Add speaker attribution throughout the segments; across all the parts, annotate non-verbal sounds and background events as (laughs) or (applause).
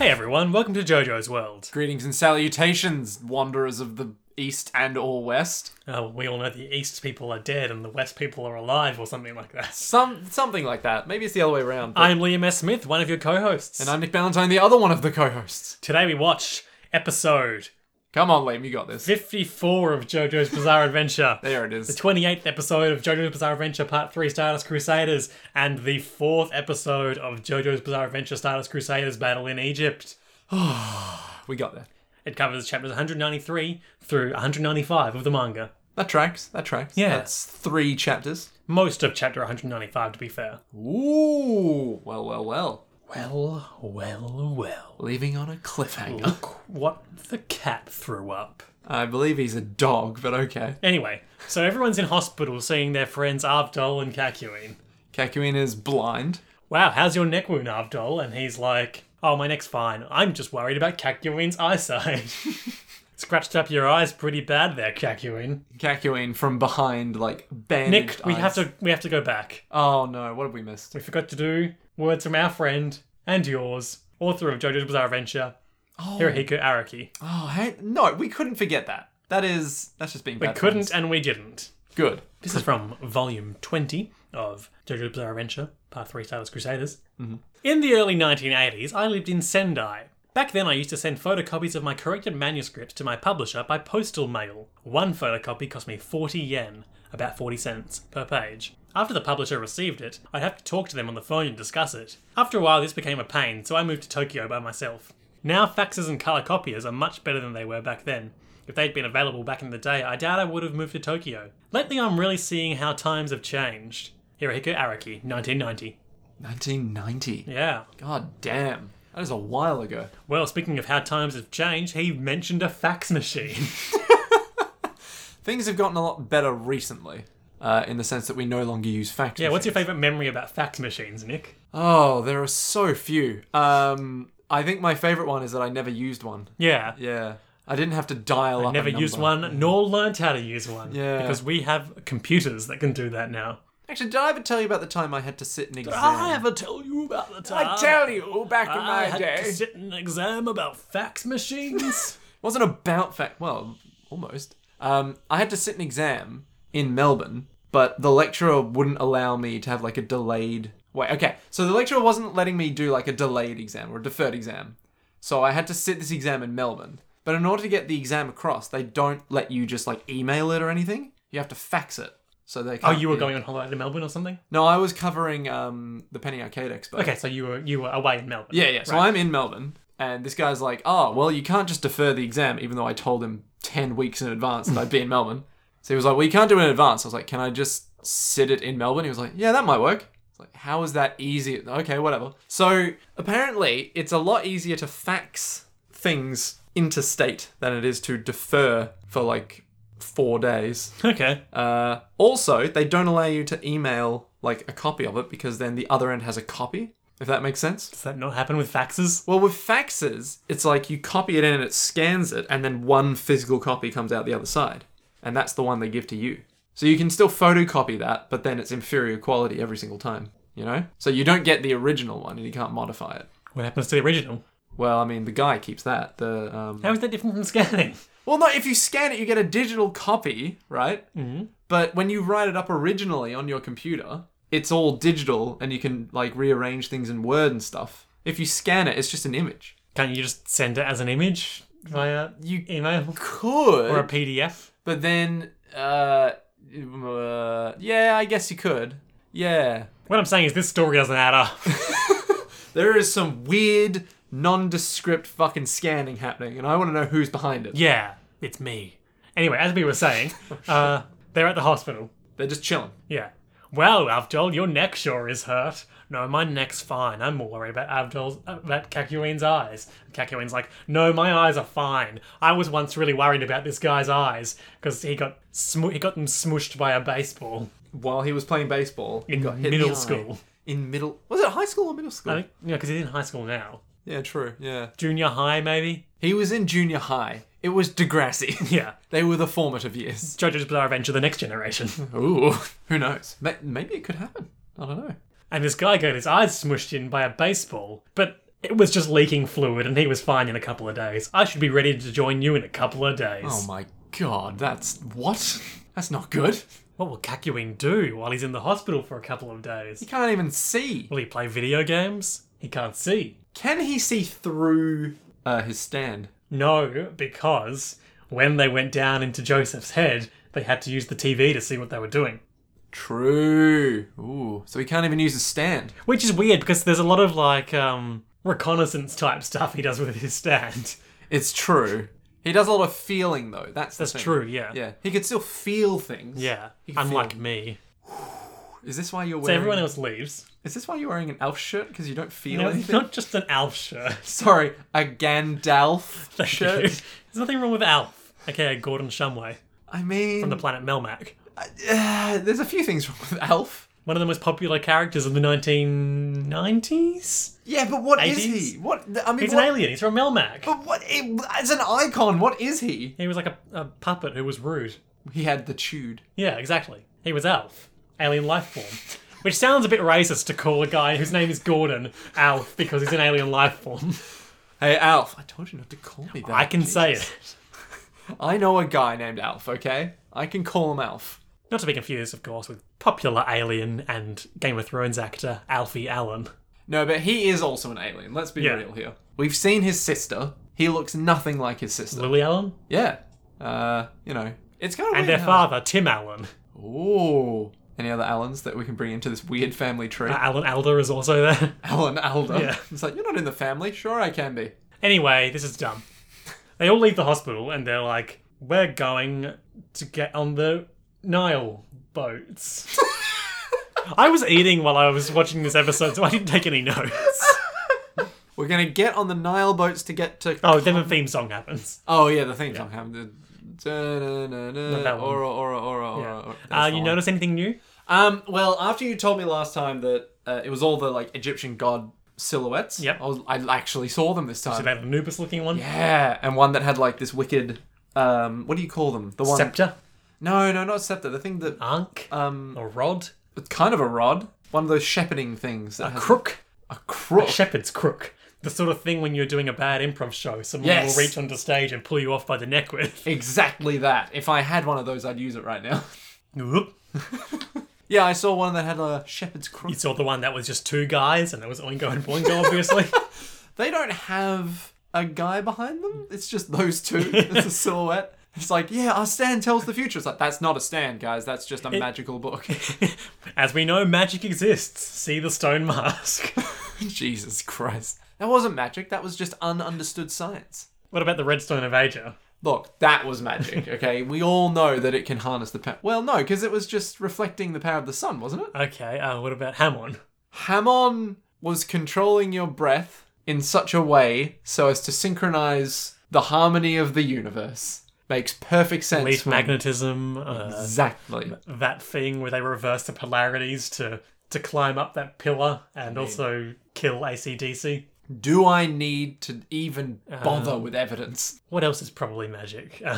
Speaker 1: everyone. Welcome to JoJo's World.
Speaker 2: Greetings and salutations, wanderers of the east and or west.
Speaker 1: Uh, we all know the East people are dead and the West people are alive, or something like that.
Speaker 2: Some something like that. Maybe it's the other way around. but-
Speaker 1: I'm Liam S. Smith, one of your co hosts.
Speaker 2: and I'm Nick Ballantyne, the other one of the co-hosts.
Speaker 1: Today we watch episode
Speaker 2: Come on, Liam, you got this.
Speaker 1: 54 of JoJo's Bizarre (laughs) Adventure.
Speaker 2: There it
Speaker 1: The
Speaker 2: is.
Speaker 1: 28th episode of JoJo's Bizarre Adventure Part 3 Stardust Crusaders, and the fourth episode of JoJo's Bizarre Adventure Stardust Crusaders Battle in Egypt.
Speaker 2: We got there.
Speaker 1: It covers chapters 193 through 195 of the manga.
Speaker 2: That tracks. That tracks.
Speaker 1: Yeah.
Speaker 2: That's three chapters.
Speaker 1: Most of chapter 195, to be fair.
Speaker 2: Ooh. Well, well, well.
Speaker 1: Well, well, well.
Speaker 2: Leaving on a cliffhanger.
Speaker 1: Look what the cat threw up.
Speaker 2: I believe he's a dog, but okay.
Speaker 1: Anyway, so everyone's in hospital seeing their friends Avdol and Kakuin.
Speaker 2: Kakuin is blind.
Speaker 1: Wow, how's your neck wound, Avdol? And he's like, Oh, my neck's fine. I'm just worried about Kakuin's eyesight. (laughs) Scratched up your eyes pretty bad there, Kakuin.
Speaker 2: Kakuin from behind, like bandaged
Speaker 1: Nick, we have
Speaker 2: eyes.
Speaker 1: to we have to go back.
Speaker 2: Oh no! What have we missed?
Speaker 1: We forgot to do words from our friend and yours, author of JoJo's Bizarre Adventure, Hirohiko Araki.
Speaker 2: Oh, hey, no, we couldn't forget that. That is, that's just being.
Speaker 1: We couldn't and we didn't.
Speaker 2: Good.
Speaker 1: This is from volume 20 of JoJo's Bizarre Adventure, part 3 Stardust Crusaders. In the early 1980s, I lived in Sendai. Back then, I used to send photocopies of my corrected manuscripts to my publisher by postal mail. One photocopy cost me 40 yen, about 40 cents, per page. After the publisher received it, I'd have to talk to them on the phone and discuss it. After a while, this became a pain, so I moved to Tokyo by myself. Now, faxes and colour copiers are much better than they were back then. If they'd been available back in the day, I doubt I would have moved to Tokyo. Lately, I'm really seeing how times have changed. Hirohiko Araki, 1990.
Speaker 2: 1990.
Speaker 1: Yeah.
Speaker 2: God damn, that is a while ago.
Speaker 1: Well, speaking of how times have changed, he mentioned a fax machine. (laughs)
Speaker 2: Things have gotten a lot better recently, uh, in the sense that we no longer use fax.
Speaker 1: yeah, what's your favourite memory about fax machines, Nick?
Speaker 2: Oh, there are so few. Um, I think my favorite one is that I never used one.
Speaker 1: Yeah.
Speaker 2: Yeah, I didn't have to dial up. a
Speaker 1: Never used
Speaker 2: number.
Speaker 1: one, nor learnt how to use one.
Speaker 2: Yeah.
Speaker 1: Because we have computers that can do that now.
Speaker 2: Actually, did I ever tell you about the time I had to sit an exam?
Speaker 1: ever tell you about the time?
Speaker 2: you, back in
Speaker 1: I had to sit an exam about fax machines.
Speaker 2: (laughs) wasn't about fact. Well, almost. Um, I had to sit an exam in Melbourne, but the lecturer wouldn't allow me to have like a delayed. Wait, okay. So the lecturer wasn't letting me do like a delayed exam or a deferred exam. So I had to sit this exam in Melbourne. But in order to get the exam across, they don't let you just like email it or anything. You have to fax it. So they.
Speaker 1: oh,
Speaker 2: can't
Speaker 1: you were
Speaker 2: be-
Speaker 1: going on holiday to Melbourne or something?
Speaker 2: No, I was covering um, the Penny Arcade Expo.
Speaker 1: Okay, so you were you were away in Melbourne.
Speaker 2: Yeah, yeah. So I'm in Melbourne, and this guy's like, "Oh, well, you can't just defer the exam," even though I told him ten weeks in advance that I'd be in Melbourne. So he was like, "Well, you can't do it in advance." I was like, "Can I just sit it in Melbourne?" He was like, "Yeah, that might work." It's like, "How is that easy?" Okay, whatever. So apparently, it's a lot easier to fax things interstate than it is to defer for like four days.
Speaker 1: Okay.
Speaker 2: Uh, also, they don't allow you to email like a copy of it because then the other end has a copy. If that makes sense.
Speaker 1: Does that not happen with faxes?
Speaker 2: Well, with faxes, it's like you copy it in and it scans it, and then one physical copy comes out the other side. And that's the one they give to you. So you can still photocopy that, but then it's inferior quality every single time, you know? So you don't get the original one and you can't modify it.
Speaker 1: What happens to the original?
Speaker 2: Well, I mean, the guy keeps that. The um...
Speaker 1: How is that different from scanning?
Speaker 2: Well, no, if you scan it, you get a digital copy, right? Mm-hmm. But when you write it up originally on your computer, it's all digital and you can, like, rearrange things in Word and stuff. If you scan it, it's just an image.
Speaker 1: Can't you just send it as an image via
Speaker 2: You
Speaker 1: email
Speaker 2: could.
Speaker 1: or a PDF?
Speaker 2: But then, uh, uh, yeah, I guess you could. Yeah.
Speaker 1: What I'm saying is this story doesn't add up. (laughs)
Speaker 2: There is some weird, nondescript fucking scanning happening, and I want to know who's behind it.
Speaker 1: yeah, it's me. Anyway, as we were saying, uh, they're at the hospital.
Speaker 2: They're just chilling.
Speaker 1: Yeah. Well, Avdol, your neck sure is hurt. No, my neck's fine. I'm more worried about Avdol's, uh, about Kakuin's eyes. Kakuin's like, no, my eyes are fine. I was once really worried about this guy's eyes because he got sm- he got them smooshed by a baseball.
Speaker 2: While he was playing baseball, he
Speaker 1: In
Speaker 2: got hit in
Speaker 1: middle
Speaker 2: the eye.
Speaker 1: school.
Speaker 2: In middle, was it high school or middle school?
Speaker 1: I think, yeah, because he's in high school now,
Speaker 2: yeah, true. Yeah,
Speaker 1: junior high maybe.
Speaker 2: he was in junior high. It was
Speaker 1: (laughs)
Speaker 2: Degrassi.
Speaker 1: Yeah.
Speaker 2: (laughs) they were the formative years.
Speaker 1: JoJo's Bizarre Adventure: The Next Generation. (laughs)
Speaker 2: Ooh, who knows? Ma- Maybe it could happen. I don't know.
Speaker 1: and this guy got his eyes smushed in by a baseball. But It was just leaking fluid, and he was fine in a couple of days. I should be ready to join you in a couple of days.
Speaker 2: Oh my god, that's what? That's not good.
Speaker 1: What will Kakuin do while he's in the hospital for a couple of days?
Speaker 2: He can't even see.
Speaker 1: Will he play video games? He can't see.
Speaker 2: Can he see through uh, his stand?
Speaker 1: No, because when they went down into Joseph's head, they had to use the TV to see what they were doing.
Speaker 2: True. Ooh, so he can't even use his stand.
Speaker 1: Which is weird because there's a lot of like um, reconnaissance type stuff he does with his stand.
Speaker 2: It's true. He does a lot of feeling though. That's the
Speaker 1: That's
Speaker 2: thing.
Speaker 1: true, yeah.
Speaker 2: Yeah, he could still feel things.
Speaker 1: Yeah,
Speaker 2: You can
Speaker 1: unlike
Speaker 2: feel-
Speaker 1: me.
Speaker 2: Is this why you're
Speaker 1: So
Speaker 2: wearing?
Speaker 1: everyone else leaves.
Speaker 2: Is this why you're wearing an elf shirt because you don't feel
Speaker 1: No, it's
Speaker 2: anything?
Speaker 1: not just an Alf
Speaker 2: (laughs)
Speaker 1: shirt.
Speaker 2: Sorry, a Gandalf
Speaker 1: (laughs) Thank
Speaker 2: shirt.
Speaker 1: you. There's nothing wrong with Alf. Okay, Gordon Shumway
Speaker 2: I mean,
Speaker 1: from the planet Melmac.
Speaker 2: uh, (sighs) there's a few things wrong with elf.
Speaker 1: One of the most popular characters of the 1990s.
Speaker 2: Yeah, but what is
Speaker 1: 80s?
Speaker 2: he? What I mean,
Speaker 1: He's
Speaker 2: what,
Speaker 1: an alien. He's from Melmac.
Speaker 2: but what as an icon? What is he?
Speaker 1: He was like a, a puppet who was rude.
Speaker 2: He had the chewed.
Speaker 1: Yeah, exactly. He was Alf, alien life form. Which sounds a bit racist to call a guy whose name is Gordon Alf because he's an alien life form. (laughs)
Speaker 2: Hey, Alf. I told you not to call me that.
Speaker 1: I can say
Speaker 2: Jesus.
Speaker 1: it.
Speaker 2: I know a guy named Alf. Okay, I can call him Alf.
Speaker 1: Not to be confused, of course, with popular alien and Game of Thrones actor Alfie Allen.
Speaker 2: No, but he is also an alien. Let's be
Speaker 1: Yeah.
Speaker 2: real here. We've seen his sister. He looks nothing like his sister.
Speaker 1: Lily Allen?
Speaker 2: Yeah. Uh, you know, it's kind of
Speaker 1: And their father, Tim Allen.
Speaker 2: Ooh. Any other Allens that we can bring into this weird family tree?
Speaker 1: Uh, Alan Alder is also there. (laughs)
Speaker 2: Alan Alder.
Speaker 1: Yeah.
Speaker 2: It's like you're not in the family. Sure, I can be.
Speaker 1: Anyway, this is dumb. They all leave the hospital and they're like, we're going to get on the Nile
Speaker 2: (laughs)
Speaker 1: boats. I was eating while I was watching this episode, so I didn't take any
Speaker 2: (laughs)
Speaker 1: notes.
Speaker 2: We're gonna get on the Nile boats to get to.
Speaker 1: Oh, then the theme song happens.
Speaker 2: Oh, yeah, the theme song happened. The- da-na-na-na,
Speaker 1: that one.
Speaker 2: Aura, aura, aura, aura. aura. That's
Speaker 1: Uh,
Speaker 2: the
Speaker 1: you
Speaker 2: one.
Speaker 1: notice anything new?
Speaker 2: Um, well, after you told me last time that uh, it was all the like Egyptian god silhouettes.
Speaker 1: Yep.
Speaker 2: I, was, I actually saw them this time.
Speaker 1: Did they have an Anubis looking one?
Speaker 2: Yeah, and one that had like this wicked. Um, what do you call them? The one.
Speaker 1: Scepter?
Speaker 2: no, no, not scepter. The thing that
Speaker 1: Ankh?
Speaker 2: um,
Speaker 1: a rod?
Speaker 2: it's kind of a rod. One of those shepherding things. That has
Speaker 1: Crook?
Speaker 2: a crook.
Speaker 1: Shepherd's crook. The sort of thing when you're doing a bad improv show, someone
Speaker 2: Yes.
Speaker 1: will reach onto stage and pull you off by the neck with. (laughs)
Speaker 2: exactly that. If I had one of those, I'd use it right now. (laughs)
Speaker 1: Whoop.
Speaker 2: yeah, I saw one that had a shepherd's crook.
Speaker 1: You saw the one that was just two guys, and it was Oingo and Boingo, (laughs) obviously.
Speaker 2: They don't have a guy behind them. It's just those two. it's a silhouette. It's like, yeah, our stand tells the future. It's like that's not a stand, guys. That's just a magical book. (laughs)
Speaker 1: As we know, magic exists. See the stone mask. (laughs)
Speaker 2: Jesus Christ. That wasn't magic. That was just ununderstood science.
Speaker 1: what about the redstone of Aja?
Speaker 2: Look, that was magic, okay? we all know that it can harness the power. Well, no, because it was just reflecting the power of the sun, wasn't it?
Speaker 1: Okay, uh, what about Hamon?
Speaker 2: Hamon was controlling your breath in such a way so as to synchronize the harmony of the universe. Makes perfect sense.
Speaker 1: Leaf
Speaker 2: when-
Speaker 1: magnetism, uh,
Speaker 2: Exactly.
Speaker 1: that thing where they reverse the polarities to, to climb up that pillar and also kill ACDC.
Speaker 2: Do I need to even bother
Speaker 1: Um,
Speaker 2: with evidence?
Speaker 1: What else is probably magic? (laughs)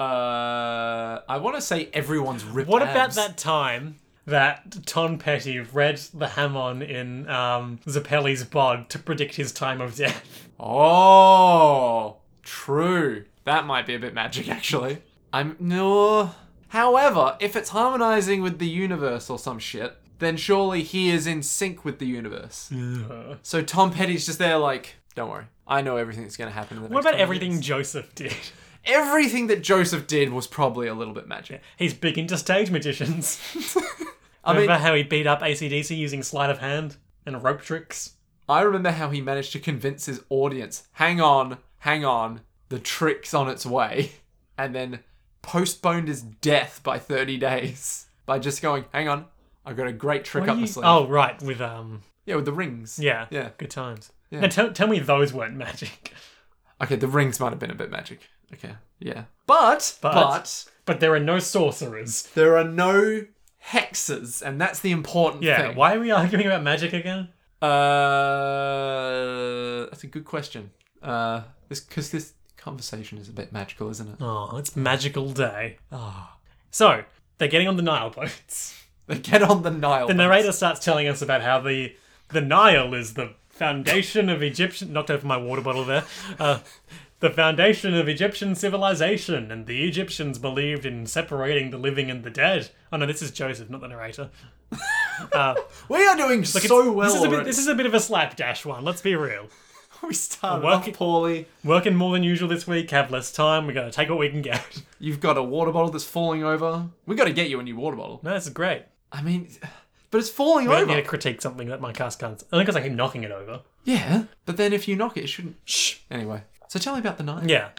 Speaker 1: Uh,
Speaker 2: Uh, I want to say everyone's ripped.
Speaker 1: What about
Speaker 2: abs.
Speaker 1: that time that Tom Petty read the Hamon in um, Zappelli's bod to predict his time of death?
Speaker 2: Oh, true. That might be a bit magic, actually. I'm no. However, if it's harmonizing with the universe or some shit, then surely he is in sync with the universe. So Tom Petty's just there, like, don't worry, I know everything that's going to happen. In the
Speaker 1: What
Speaker 2: next
Speaker 1: about
Speaker 2: 20
Speaker 1: everything
Speaker 2: years."
Speaker 1: Joseph did? (laughs)
Speaker 2: Everything that Joseph did was probably a little bit magic.
Speaker 1: He's big into stage magicians.
Speaker 2: (laughs) I mean,
Speaker 1: Remember how he beat up ACDC using sleight of hand and rope tricks?
Speaker 2: I remember how he managed to convince his audience, hang on, hang on, the trick's on its way, (laughs) and then postponed his death by 30 days by just going, hang on, I've got a great trick up my sleeve.
Speaker 1: Oh, right, with, um,
Speaker 2: Yeah, with the rings.
Speaker 1: yeah.
Speaker 2: Yeah.
Speaker 1: Good times.
Speaker 2: Yeah.
Speaker 1: Now tell, tell me those weren't magic. (laughs)
Speaker 2: Okay, the rings might have been a bit magic. Okay, yeah. But, but,
Speaker 1: But there are no sorcerers.
Speaker 2: there are no hexes, and that's the important
Speaker 1: Yeah,
Speaker 2: thing.
Speaker 1: why are we arguing about magic again?
Speaker 2: Uh, that's a good question. Uh, this, because this conversation is a bit magical, isn't it? (laughs)
Speaker 1: Oh, it's magical day. Oh. So, they're getting on the Nile boats.
Speaker 2: They get on the Nile.
Speaker 1: The narrator starts telling us about how the the Nile is the foundation of Egyptian. Knocked over my water bottle there. Uh, the foundation of Egyptian civilization, and the Egyptians believed in separating the living and the dead. Oh no, this is Joseph, not the narrator.
Speaker 2: We are doing
Speaker 1: It's-
Speaker 2: so well.
Speaker 1: This is, a bit,
Speaker 2: already.
Speaker 1: this is a bit of a slapdash one. Let's be real.
Speaker 2: we started
Speaker 1: Work-
Speaker 2: off poorly.
Speaker 1: Working more than usual this week. Have less time. We gotta take what we can get. (laughs)
Speaker 2: You've got a water bottle that's falling over. We got to get you a new water bottle.
Speaker 1: No, this is great.
Speaker 2: I mean, but it's falling
Speaker 1: I
Speaker 2: over.
Speaker 1: need to critique something that my cast can't. Only because I keep knocking it over.
Speaker 2: Yeah, but then if you knock it, it shouldn't. Shh. Anyway, so tell me about the knife.
Speaker 1: Yeah.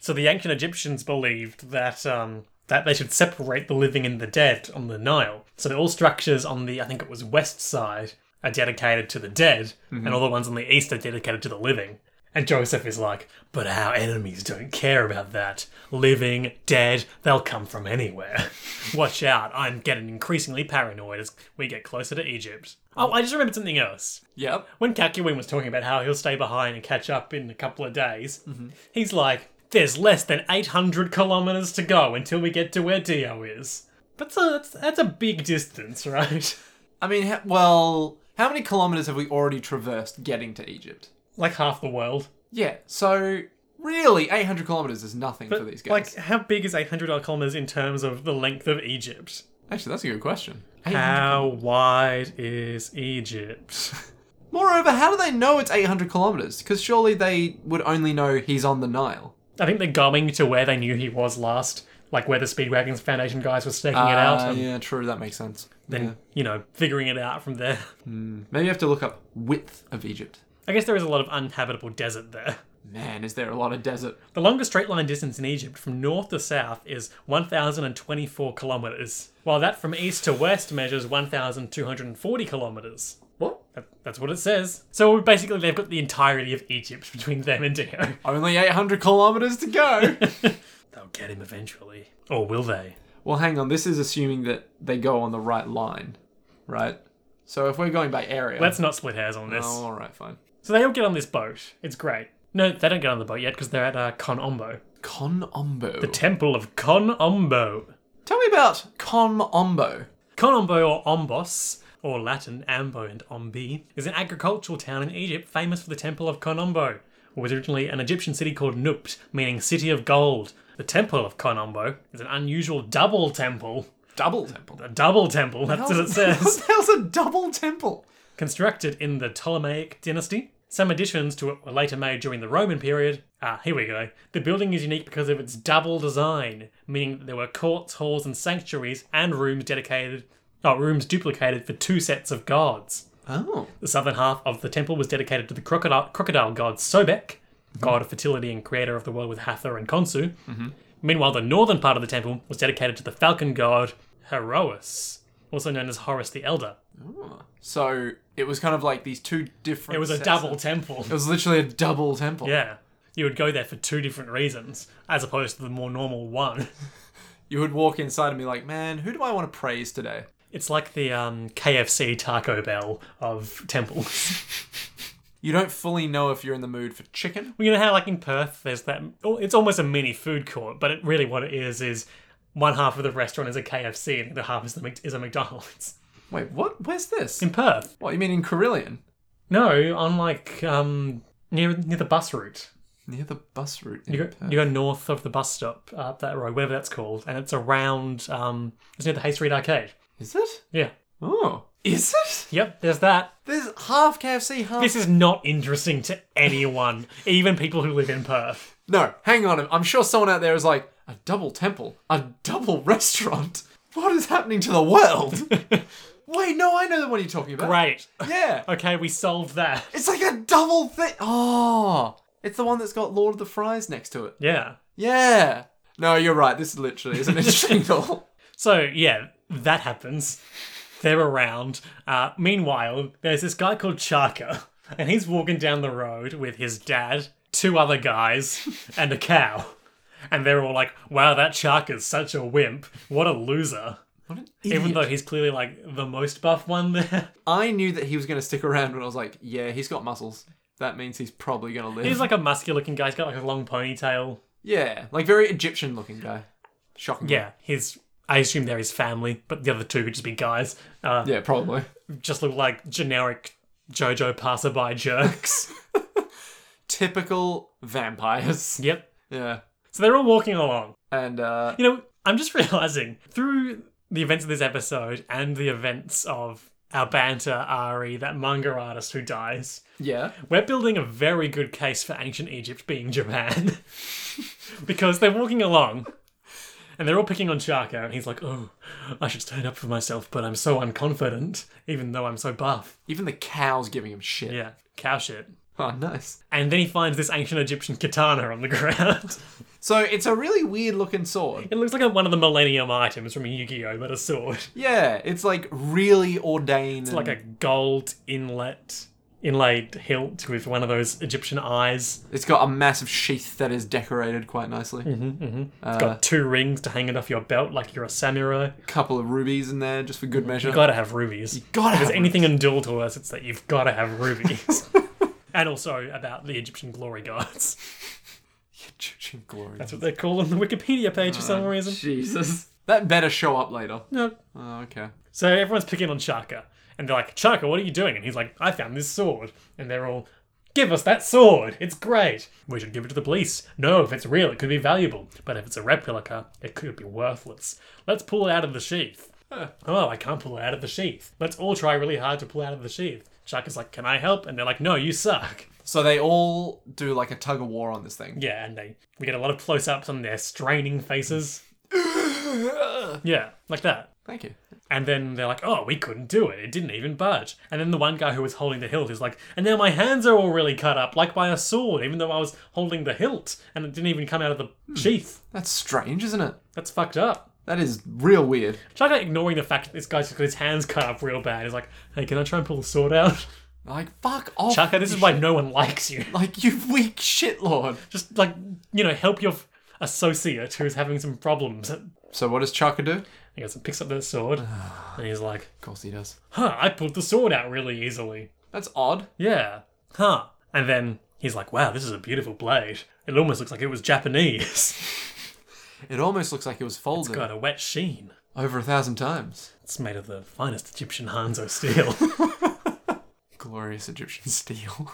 Speaker 1: So the ancient Egyptians believed that um, that they should separate the living and the dead on the Nile. So all structures on the I think it was west side are dedicated to the dead, and all the ones on the east are dedicated to the living. And Joseph is like, but our enemies don't care about that. Living, dead, they'll come from anywhere. (laughs) Watch out, I'm getting increasingly paranoid as we get closer to Egypt. Oh, I just remembered something else
Speaker 2: Yep.
Speaker 1: when Kakyoin was talking about how he'll stay behind and catch up in a couple of days,
Speaker 2: Mm-hmm.
Speaker 1: he's like, "There's less than 800 kilometers to go until we get to where Dio is." That's a that's, that's a big distance, right? (laughs)
Speaker 2: I mean, ha- well, how many kilometers have we already traversed getting to Egypt?
Speaker 1: like half the world.
Speaker 2: Yeah. So really, 800 kilometers is nothing for these guys.
Speaker 1: Like, how big is 800 kilometers in terms of the length of Egypt?
Speaker 2: Actually, that's a good question.
Speaker 1: How wide is Egypt? (laughs)
Speaker 2: Moreover, how do they know it's 800 kilometers? Because surely they would only know he's on the Nile.
Speaker 1: I think they're going to where they knew he was last, like where the Speedwagons Foundation guys were staking it out,
Speaker 2: Uh,
Speaker 1: and
Speaker 2: yeah, true. That makes sense.
Speaker 1: then you know figuring it out from there.
Speaker 2: Maybe you have to look up width of Egypt.
Speaker 1: I guess there is a lot of uninhabitable desert there. (laughs)
Speaker 2: Man, is there a lot of desert?
Speaker 1: The longest straight line distance in Egypt from north to south is 1,024 kilometers, while that from east to west measures 1,240 kilometers.
Speaker 2: What?
Speaker 1: That- That's what it says. So basically, they've got the entirety of Egypt between them and (laughs) Dio.
Speaker 2: Only 800 kilometers
Speaker 1: (laughs)
Speaker 2: to go.
Speaker 1: They'll get him eventually. Or will they?
Speaker 2: well, hang on. This is assuming that they go on the right line, right? So if we're going by area,
Speaker 1: Let's not split hairs on this.
Speaker 2: Oh, all right, fine.
Speaker 1: So they all get on this boat. It's great. No, they don't get on the boat yet because they're at uh, Konombo,
Speaker 2: Konombo.
Speaker 1: Temple of Konombo.
Speaker 2: Tell me about Konombo.
Speaker 1: Konombo or Ombos, or Latin Ambo and Ombi, is an agricultural town in Egypt famous for the Temple of Konombo. It was originally an Egyptian city called Nupt, meaning city of gold. The Temple of Konombo is an unusual double temple.
Speaker 2: Double temple.
Speaker 1: A double temple, that's
Speaker 2: (laughs)
Speaker 1: what it
Speaker 2: What
Speaker 1: says.
Speaker 2: the hell's a double temple?
Speaker 1: Constructed in the Ptolemaic dynasty. Some additions to it were later made during the Roman period. Ah, here we go. The building is unique because of its double design, meaning that there were courts, halls, and sanctuaries, and rooms dedicated, oh, rooms duplicated for two sets of gods.
Speaker 2: Oh.
Speaker 1: The southern half of the temple was dedicated to the crocodile, crocodile god Sobek, god of fertility and creator of the world with Hathor and Khonsu. Meanwhile, the northern part of the temple was dedicated to the falcon god Heroes, also known as Horus the Elder.
Speaker 2: So it was kind of like these two different.
Speaker 1: It was a double temple.
Speaker 2: It was literally a double temple.
Speaker 1: Yeah. You would go there for two different reasons, as opposed to the more normal one. (laughs)
Speaker 2: You would walk inside and be like, man, who do I want to praise today?
Speaker 1: It's like the um, KFC Taco Bell of temples.
Speaker 2: You don't fully know if you're in the mood for chicken.
Speaker 1: Well, (laughs) you know how, like in Perth, there's that. oh, It's almost a mini food court, but it really what it is is one half of the restaurant is a KFC and the other half is, the, Mc- is a McDonald's. (laughs)
Speaker 2: Wait, what? Where's this?
Speaker 1: In Perth,
Speaker 2: What, you mean in Carillion?
Speaker 1: no, on like um, near near the bus route.
Speaker 2: Near the bus route.
Speaker 1: You go, you go north of the bus stop up that road, whatever that's called, and it's around. Um, it's near the Hay Street Arcade.
Speaker 2: Is it?
Speaker 1: Yeah.
Speaker 2: Oh. Is it?
Speaker 1: Yep. There's that.
Speaker 2: There's half KFC, half.
Speaker 1: This is not interesting to anyone, even people who live in Perth.
Speaker 2: No, hang on. I'm sure someone out there is like, a double temple, a double (laughs) restaurant. What is happening to
Speaker 1: (laughs)
Speaker 2: the world? Wait, no, I know the one you're talking about.
Speaker 1: Great.
Speaker 2: Yeah.
Speaker 1: Okay, we solved that.
Speaker 2: It's like a double thing. Oh, it's the one that's got Lord of the Fries next to it.
Speaker 1: Yeah.
Speaker 2: Yeah. No, you're right. This literally
Speaker 1: (laughs)
Speaker 2: isn't interesting at all.
Speaker 1: So yeah, that happens. They're around. Uh, meanwhile, there's this guy called Chaka, and he's walking down the road with his dad, two other guys, and a cow. And they're all like, "Wow, that Chaka's such a wimp. What a loser."
Speaker 2: What an
Speaker 1: Even
Speaker 2: idiot.
Speaker 1: though he's clearly like the most buff one there,
Speaker 2: I knew that he was going to stick around when I was like, yeah, he's got muscles. That means he's probably going to live.
Speaker 1: he's like a muscular-looking guy. He's got like a long ponytail.
Speaker 2: yeah, like very Egyptian looking guy. Shocking.
Speaker 1: Yeah, his. I assume they're his family, but the other two could just be guys. Uh,
Speaker 2: Yeah, probably.
Speaker 1: just look like generic JoJo passerby jerks.
Speaker 2: Typical vampires. (laughs)
Speaker 1: yep.
Speaker 2: Yeah.
Speaker 1: So they're all walking along.
Speaker 2: And uh
Speaker 1: You know, I'm just (laughs) realizing through the events of this episode and the events of our banter, Ari, that manga artist who dies,
Speaker 2: yeah.
Speaker 1: we're building a very good case for ancient Egypt being Japan. (laughs) because they're walking along and they're all picking on Chaka, and he's like, oh, I should stand up for myself, but I'm so unconfident, even though I'm so buff.
Speaker 2: Even the cows giving him shit.
Speaker 1: Yeah, cow shit.
Speaker 2: Oh, nice.
Speaker 1: And then he finds this ancient Egyptian katana on the ground. (laughs)
Speaker 2: So it's a really weird looking sword.
Speaker 1: it looks like one of the Millennium items from Yu Gi Oh! but a sword. (laughs)
Speaker 2: Yeah, it's like really ordained.
Speaker 1: like a gold inlet inlaid hilt with one of those Egyptian eyes.
Speaker 2: It's got a massive sheath that is decorated quite nicely.
Speaker 1: Mm-hmm. It's got two rings to hang it off your belt like you're a samurai.
Speaker 2: A couple of rubies in there just for good measure.
Speaker 1: You gotta have rubies.
Speaker 2: gotta
Speaker 1: Mm-hmm. if there's
Speaker 2: have
Speaker 1: anything in Duel to us, it's that you've gotta have rubies. and also about the Egyptian glory gods.
Speaker 2: Egyptian glory.
Speaker 1: That's what they're called on the Wikipedia page for some reason.
Speaker 2: Jesus. That better show up later.
Speaker 1: No.
Speaker 2: Oh, okay.
Speaker 1: So everyone's picking on Chaka. And they're like, Chaka, what are you doing? And he's like, I found this sword. And they're all, give us that sword. It's great. We should give it to the police. No, if it's real, it could be valuable. But if it's a replica, it could be worthless. Let's pull it out of the sheath. Oh, I can't pull it out of the sheath. Let's all try really hard to pull it out of the sheath. Chaka's like, can I help? And they're like, no, you suck.
Speaker 2: So they all do like a tug of war on this thing.
Speaker 1: Yeah, and they we get a lot of close-ups on their straining faces. Yeah, like that.
Speaker 2: Thank you.
Speaker 1: And then they're like, oh, we couldn't do it. It didn't even budge. And then the one guy who was holding the hilt is like, and now my hands are all really cut up, like by a sword, even though I was holding the hilt and it didn't even come out of the sheath.
Speaker 2: That's strange, isn't it?
Speaker 1: That's fucked up.
Speaker 2: That is real weird.
Speaker 1: Chaka ignoring the fact that this guy's got his hands cut up real bad. He's like, hey, can I try and pull the sword out? (laughs)
Speaker 2: Like, fuck off.
Speaker 1: Chaka, this is why no one likes you. (laughs)
Speaker 2: Like, you weak shitlord.
Speaker 1: Just like, you know, help your f- associate who's having some problems. He
Speaker 2: So what does Chaka do? Of
Speaker 1: goes and picks up the sword and he's like,
Speaker 2: course he does.
Speaker 1: huh, I pulled the sword out really easily.
Speaker 2: That's odd.
Speaker 1: Yeah. Huh. And then he's like, wow, this is a beautiful blade. It almost looks like it was Japanese. (laughs)
Speaker 2: It almost looks like it was folded
Speaker 1: Got a wet sheen.
Speaker 2: over a thousand times.
Speaker 1: It's made of the finest Egyptian Hanzo steel. (laughs)
Speaker 2: Glorious Egyptian (laughs) steel.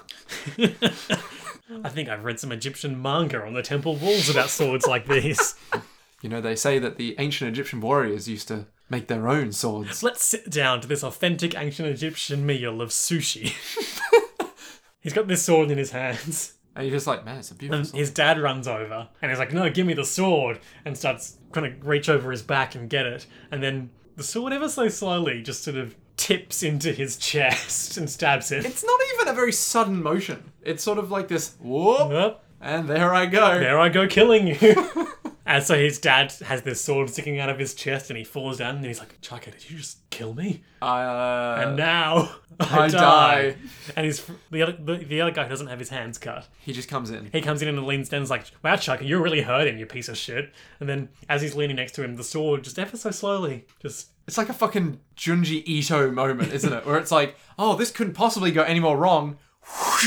Speaker 1: I think I've read some Egyptian manga on the temple walls about swords like these.
Speaker 2: You know, they say that the ancient Egyptian warriors used to make their own swords.
Speaker 1: Let's sit down to this authentic ancient Egyptian meal of sushi. (laughs) he's got this sword in his hands.
Speaker 2: And you're just like, man, it's a beautiful
Speaker 1: And
Speaker 2: sword.
Speaker 1: his dad runs over and he's like, no, give me the sword. And starts trying to reach over his back and get it. And then the sword, ever so slowly, just sort of tips into his (laughs) chest and stabs him.
Speaker 2: It's not even a very sudden motion. It's sort of like this, whoop,
Speaker 1: Oh,
Speaker 2: and there I go.
Speaker 1: there I go killing you. (laughs) and so his dad has this sword sticking out of his chest and he falls down and he's like, Chaka, did you just kill me?
Speaker 2: Uh,
Speaker 1: And now (laughs) I,
Speaker 2: I
Speaker 1: die.
Speaker 2: die.
Speaker 1: And he's the other, the, the other guy who doesn't have his hands cut.
Speaker 2: he just comes in.
Speaker 1: He comes in and leans down and is like, Wow, Chuck, you're really hurting, you piece of shit. And then as he's leaning next to him, the sword just ever so slowly just
Speaker 2: It's like a fucking Junji Ito moment, isn't it? Where it's like, oh, this couldn't possibly go any more wrong. (laughs)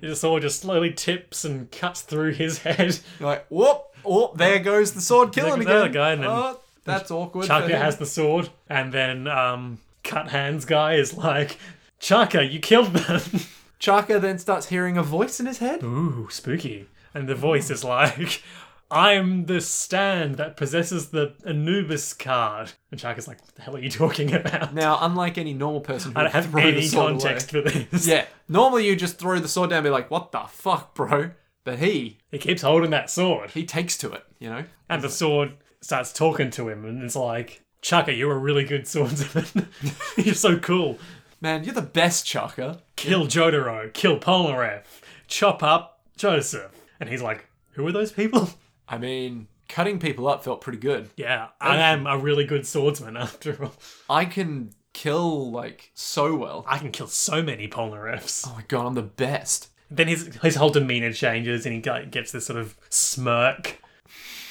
Speaker 1: the sword just slowly tips and cuts through his
Speaker 2: (laughs)
Speaker 1: head.
Speaker 2: You're like, whoop, oh, there goes the sword
Speaker 1: There
Speaker 2: killing
Speaker 1: goes the
Speaker 2: again.
Speaker 1: other guy, and then-
Speaker 2: oh, that's awkward. for
Speaker 1: Chaka
Speaker 2: him.
Speaker 1: has the sword, and then um cut hands guy is like, Chaka, you killed them. (laughs)
Speaker 2: Chaka then starts hearing a voice in his head.
Speaker 1: Ooh, spooky. And the voice is like I'm the stand that possesses the Anubis card. And Chaka's like, what the hell are you talking about?
Speaker 2: Now, unlike any normal person who
Speaker 1: I don't have
Speaker 2: throw the
Speaker 1: any
Speaker 2: sword
Speaker 1: context for
Speaker 2: away-
Speaker 1: this.
Speaker 2: Yeah, normally you just throw the sword down and be like, what the fuck, bro? But he,
Speaker 1: He keeps holding that sword.
Speaker 2: he takes to it, you know?
Speaker 1: And the sword starts talking to him, and it's like, Chaka, you're a really good swordsman. (laughs) you're so cool.
Speaker 2: Man, you're the best, Chaka.
Speaker 1: Kill Jotaro, kill Polnareff, chop up Joseph. And he's like, Who are those people? (laughs)
Speaker 2: I mean, cutting people up felt pretty good.
Speaker 1: Yeah, I am a really good swordsman after all.
Speaker 2: I can kill, like, so well.
Speaker 1: I can kill so many Polnareffs.
Speaker 2: Oh my god, I'm the best.
Speaker 1: Then his his whole demeanor changes, and he ge- gets this sort of smirk.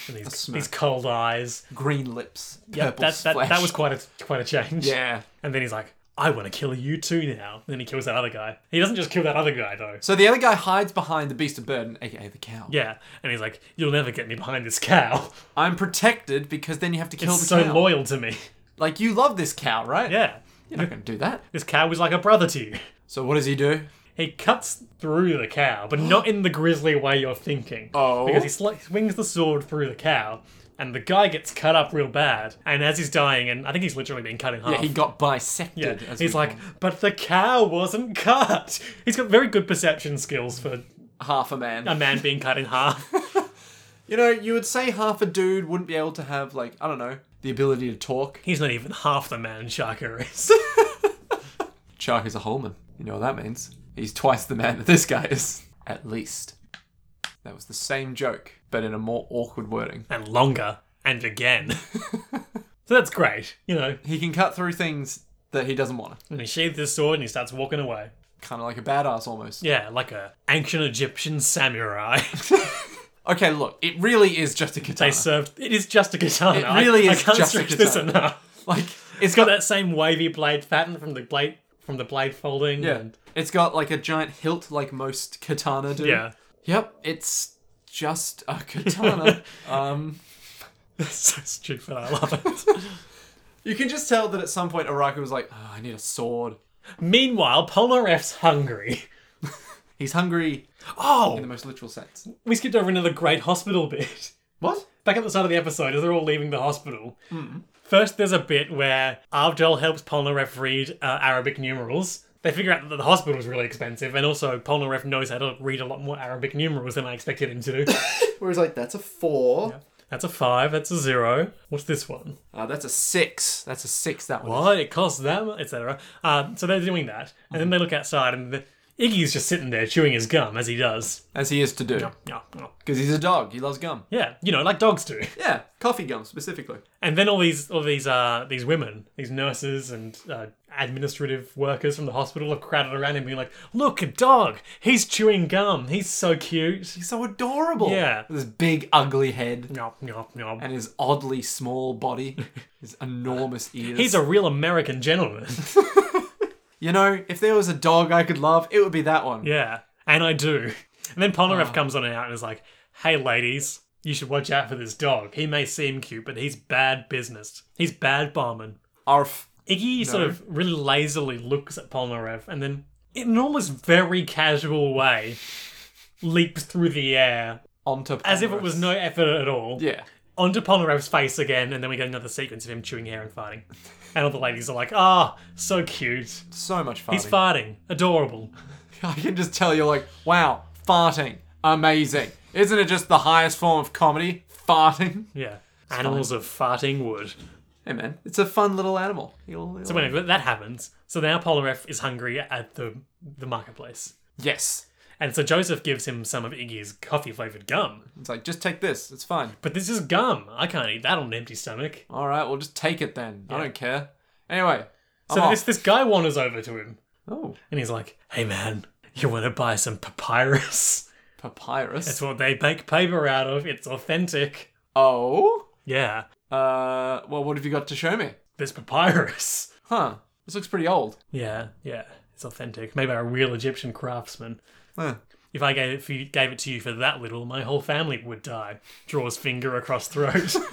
Speaker 1: And these,
Speaker 2: smirk.
Speaker 1: these cold eyes.
Speaker 2: Green lips, purple
Speaker 1: Yep, that, that,
Speaker 2: flesh.
Speaker 1: that was quite a quite a change.
Speaker 2: (laughs) Yeah.
Speaker 1: And then he's like, I want to kill you too now. And then he kills that other guy. He doesn't just kill that other guy, though.
Speaker 2: So the other guy hides behind the beast of burden, aka the cow.
Speaker 1: Yeah. And he's like, You'll never get me behind this cow.
Speaker 2: I'm protected because then you have to kill
Speaker 1: It's
Speaker 2: the
Speaker 1: so
Speaker 2: cow.
Speaker 1: loyal to me.
Speaker 2: Like you love this cow, right?
Speaker 1: Yeah.
Speaker 2: You're not gonna do that.
Speaker 1: This cow was like a brother to you.
Speaker 2: So what does he do?
Speaker 1: He cuts through the cow,
Speaker 2: (gasps)
Speaker 1: but not in the grisly way you're thinking.
Speaker 2: Oh.
Speaker 1: Because he sli- swings the sword through the cow, and the guy gets cut up real bad. And as he's dying, and I think he's literally been cut in half.
Speaker 2: Yeah, he got bisected.
Speaker 1: Yeah,
Speaker 2: as we
Speaker 1: he's
Speaker 2: call
Speaker 1: like,
Speaker 2: it.
Speaker 1: but the cow wasn't cut. He's got very good perception skills for
Speaker 2: half a man.
Speaker 1: a man being cut in half.
Speaker 2: you know, you would say half a dude wouldn't be able to have like I don't know the ability
Speaker 1: (laughs)
Speaker 2: to talk.
Speaker 1: He's not even half the man Shaka is.
Speaker 2: Shark is a whole man. You know what that means? He's twice the man that this guy is, at least. That was the same joke, but in a more awkward wording.
Speaker 1: and longer, and again.
Speaker 2: (laughs)
Speaker 1: so that's great, you know.
Speaker 2: He can cut through things that he doesn't want to.
Speaker 1: And he sheathes his sword and he starts walking away.
Speaker 2: Kind of like a badass almost.
Speaker 1: Yeah, like a ancient Egyptian samurai. (laughs)
Speaker 2: Okay, look, it really is just a
Speaker 1: they
Speaker 2: (laughs) katana.
Speaker 1: served. It is just a katana.
Speaker 2: It really
Speaker 1: I,
Speaker 2: is
Speaker 1: I can't
Speaker 2: just a
Speaker 1: stress this
Speaker 2: katana.
Speaker 1: enough. (laughs)
Speaker 2: like, it's
Speaker 1: It's got
Speaker 2: got
Speaker 1: that same wavy blade pattern from the blade from the blade folding.
Speaker 2: yeah,
Speaker 1: and,
Speaker 2: it's got like a giant hilt like most katana do.
Speaker 1: yeah. (laughs)
Speaker 2: Yep, it's just a
Speaker 1: (laughs)
Speaker 2: katana. um,
Speaker 1: so stupid. I love it.
Speaker 2: you can just tell that at some point Araku was like, oh, I need a sword.
Speaker 1: Meanwhile, Polnareff's hungry.
Speaker 2: He's hungry in the
Speaker 1: Oh,
Speaker 2: most literal sense.
Speaker 1: we skipped over another great hospital bit.
Speaker 2: What?
Speaker 1: back at the start of the episode as they're all leaving the hospital. First, there's a bit where Avdol helps Polnareff read uh, Arabic numerals. They figure out that the hospital is really expensive, and also Polnareff knows how to read a lot more Arabic numerals than I expected him to.
Speaker 2: Whereas like that's a four.
Speaker 1: that's a five. That's a zero. What's this one?
Speaker 2: Uh, that's a six. That's a six. That one.
Speaker 1: What it costs them, etc. Um, so they're doing that, and then they look outside, and the, Iggy's just sitting there chewing his gum as he does.
Speaker 2: As he is to do,
Speaker 1: Yeah, yeah.
Speaker 2: because he's a dog. He loves gum.
Speaker 1: yeah, you know, like dogs do.
Speaker 2: Yeah, coffee gum specifically.
Speaker 1: And then all these all these uh these women, these nurses and uh, administrative workers from the hospital have crowded around him, being like, "Look, a dog! He's chewing gum. He's so cute."
Speaker 2: He's so adorable.
Speaker 1: Yeah.
Speaker 2: With his big ugly head
Speaker 1: No, no, no.
Speaker 2: and his oddly
Speaker 1: (laughs)
Speaker 2: small body, his enormous ears.
Speaker 1: He's a real American gentleman. (laughs)
Speaker 2: You know, if there was a dog I could love, it would be that one.
Speaker 1: yeah, and I do. And then Polnareff comes on out and is like, "Hey, ladies, you should watch out for this dog. He may seem cute, but he's bad business. He's bad barman."
Speaker 2: Arf.
Speaker 1: Iggy sort of really lazily looks at Polnareff and then, in an almost very casual way, leaps through the air
Speaker 2: Onto
Speaker 1: as if it was no effort at all
Speaker 2: Yeah.
Speaker 1: onto Polnareff's face again, and then we get another sequence of him chewing hair and farting. And all the ladies are like, ah, so cute.
Speaker 2: So much farting.
Speaker 1: He's farting. Adorable.
Speaker 2: (laughs) I can just tell you're like, wow, farting. Amazing. Isn't it just the highest form of comedy? Farting. (laughs)
Speaker 1: Yeah. Animals of farting wood.
Speaker 2: Hey man, it's a fun little animal. He'll- he'll-
Speaker 1: So anyway, that happens. So now Polnareff is hungry at the the marketplace.
Speaker 2: yes.
Speaker 1: And so Joseph gives him some of Iggy's coffee flavored gum.
Speaker 2: It's like, just take this. It's fine.
Speaker 1: But this is gum. I can't eat that on an empty stomach.
Speaker 2: All right, we'll just take it then. I don't care. Anyway, I'm
Speaker 1: So
Speaker 2: off.
Speaker 1: this this guy wanders over to him
Speaker 2: oh,
Speaker 1: and he's like, "Hey man, you want to buy some papyrus? (laughs)
Speaker 2: papyrus.
Speaker 1: That's what they make paper out of. It's authentic."
Speaker 2: oh,
Speaker 1: Yeah,
Speaker 2: uh, well, what have you got to show me?
Speaker 1: there's papyrus. (laughs)
Speaker 2: Huh? This looks pretty old.
Speaker 1: Yeah, yeah, it's authentic. Made by a real Egyptian craftsman.
Speaker 2: Huh.
Speaker 1: If I gave it, for you, gave it to you for that little, my whole family would die. Draws finger across throat. (laughs)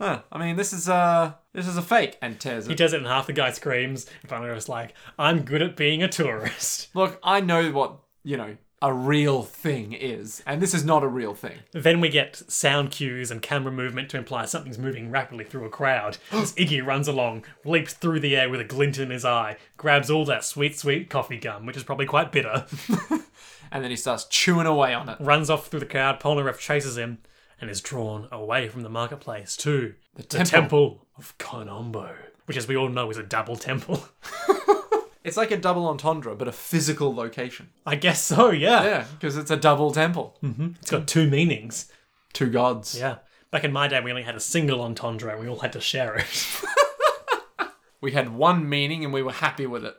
Speaker 2: Huh. I mean, this is uh, this is a fake and tears
Speaker 1: he
Speaker 2: it.
Speaker 1: does it, and half the guy screams. And finally, was like, "I'm good at being a tourist."
Speaker 2: Look, I know what you know. A real thing is, and this is not a real thing.
Speaker 1: Then we get sound cues and camera movement to imply something's moving rapidly through a crowd. As Iggy runs along, leaps through the air with a glint in his eye, grabs all that sweet, sweet coffee gum, which is probably quite bitter, (laughs)
Speaker 2: And then he starts chewing away on it.
Speaker 1: runs off through the crowd. Polnareff chases him and is drawn away from the marketplace to the
Speaker 2: temple.
Speaker 1: temple of Konombo, which, as we all know, is a double temple. (laughs)
Speaker 2: It's like a double entendre, but a physical location.
Speaker 1: I guess so, yeah.
Speaker 2: Yeah, because it's a double temple.
Speaker 1: It's got two meanings.
Speaker 2: Two gods.
Speaker 1: Hmm. Yeah. Back in my day, we only had a single entendre and we all had to share it.
Speaker 2: We had one meaning, and we were happy with it.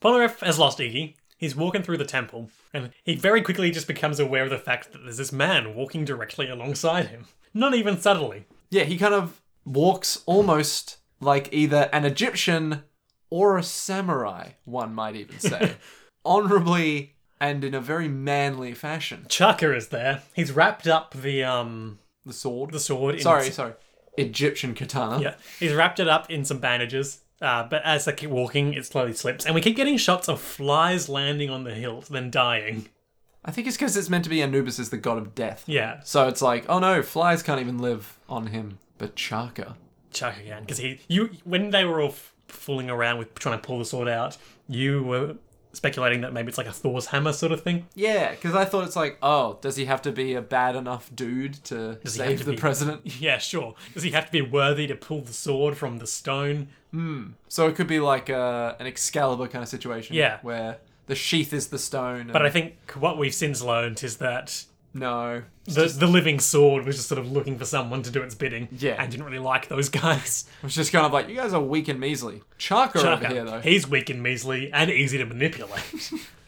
Speaker 1: Polnareff has lost Iggy. He's walking through the temple, and he very quickly just becomes aware of the fact that there's this man walking directly alongside him. Not even subtly.
Speaker 2: Yeah, he kind of walks almost like either an Egyptian or a samurai, one
Speaker 1: (laughs)
Speaker 2: might even say. Honorably and in a very manly fashion.
Speaker 1: Chaka is there. He's wrapped up the um
Speaker 2: The sword.
Speaker 1: the sword in
Speaker 2: sorry, sorry. Egyptian katana.
Speaker 1: Yeah. He's wrapped it up in some bandages. Uh, but as they keep walking, it slowly slips, and we keep getting shots of flies landing on the hilt, then dying.
Speaker 2: I think it's because it's meant to be Anubis is the god of death.
Speaker 1: Yeah,
Speaker 2: So it's like, oh no, flies can't even live on him. But Chaka.
Speaker 1: Chuck again, because he, you, when they were all f- fooling around with trying to pull the sword out, you were speculating that maybe it's like a Thor's hammer sort of thing.
Speaker 2: Yeah, because I thought it's like, oh, does he have to be a bad enough dude to
Speaker 1: he have
Speaker 2: save
Speaker 1: to
Speaker 2: the
Speaker 1: be-
Speaker 2: president?
Speaker 1: Yeah, sure. Does he have to be worthy to pull the sword from the stone?
Speaker 2: So it could be like uh, an Excalibur kind of situation.
Speaker 1: Yeah.
Speaker 2: Where the sheath is the stone. And
Speaker 1: But I think what we've since learned is that
Speaker 2: no.
Speaker 1: the, the living sword was just sort of looking for someone to do its bidding.
Speaker 2: Yeah.
Speaker 1: And didn't really like those guys.
Speaker 2: It was just kind of like, you guys are weak and measly. Chaka, over
Speaker 1: Chaka,
Speaker 2: here, though.
Speaker 1: He's weak and measly and easy to manipulate.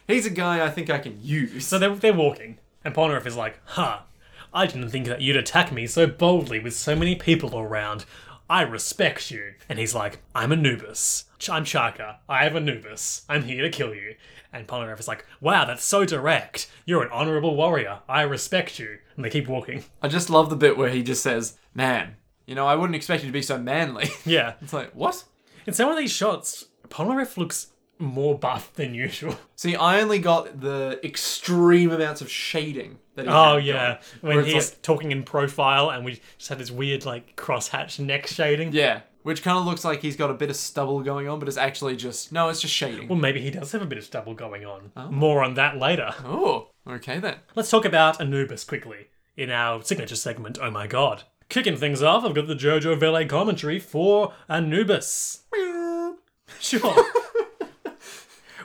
Speaker 2: He's a guy I think I can use.
Speaker 1: so they're, they're walking, and Polnareff is like, Huh, I didn't think that you'd attack me so boldly with so many people around. I respect you. And he's like, I'm Anubis. Ch- I'm Chaka. I have Anubis. I'm here to kill you. And Polnareff is like, Wow, that's so direct. You're an honorable warrior. I respect you. And they keep walking. (laughs)
Speaker 2: I just love the bit where he just says, man, you know, I wouldn't expect you to be so manly. (laughs)
Speaker 1: Yeah.
Speaker 2: it's like, what?
Speaker 1: In some of these shots, Polnareff looks more buff than usual. (laughs)
Speaker 2: See, I only got the extreme amounts of shading that he
Speaker 1: Oh
Speaker 2: had
Speaker 1: yeah,
Speaker 2: going, where
Speaker 1: when
Speaker 2: it's
Speaker 1: he's
Speaker 2: like-
Speaker 1: talking in profile, and we just have this weird like crosshatch neck shading.
Speaker 2: yeah. Which kind of looks like he's got a bit of stubble going on, but it's actually just no, it's just shading.
Speaker 1: Well, maybe he does have a bit of stubble going on. More on that later.
Speaker 2: Oh, okay then.
Speaker 1: Let's talk about Anubis quickly in our signature segment. Oh my god! Kicking things off, I've got the JoJo Valet commentary for Anubis. (laughs) Sure.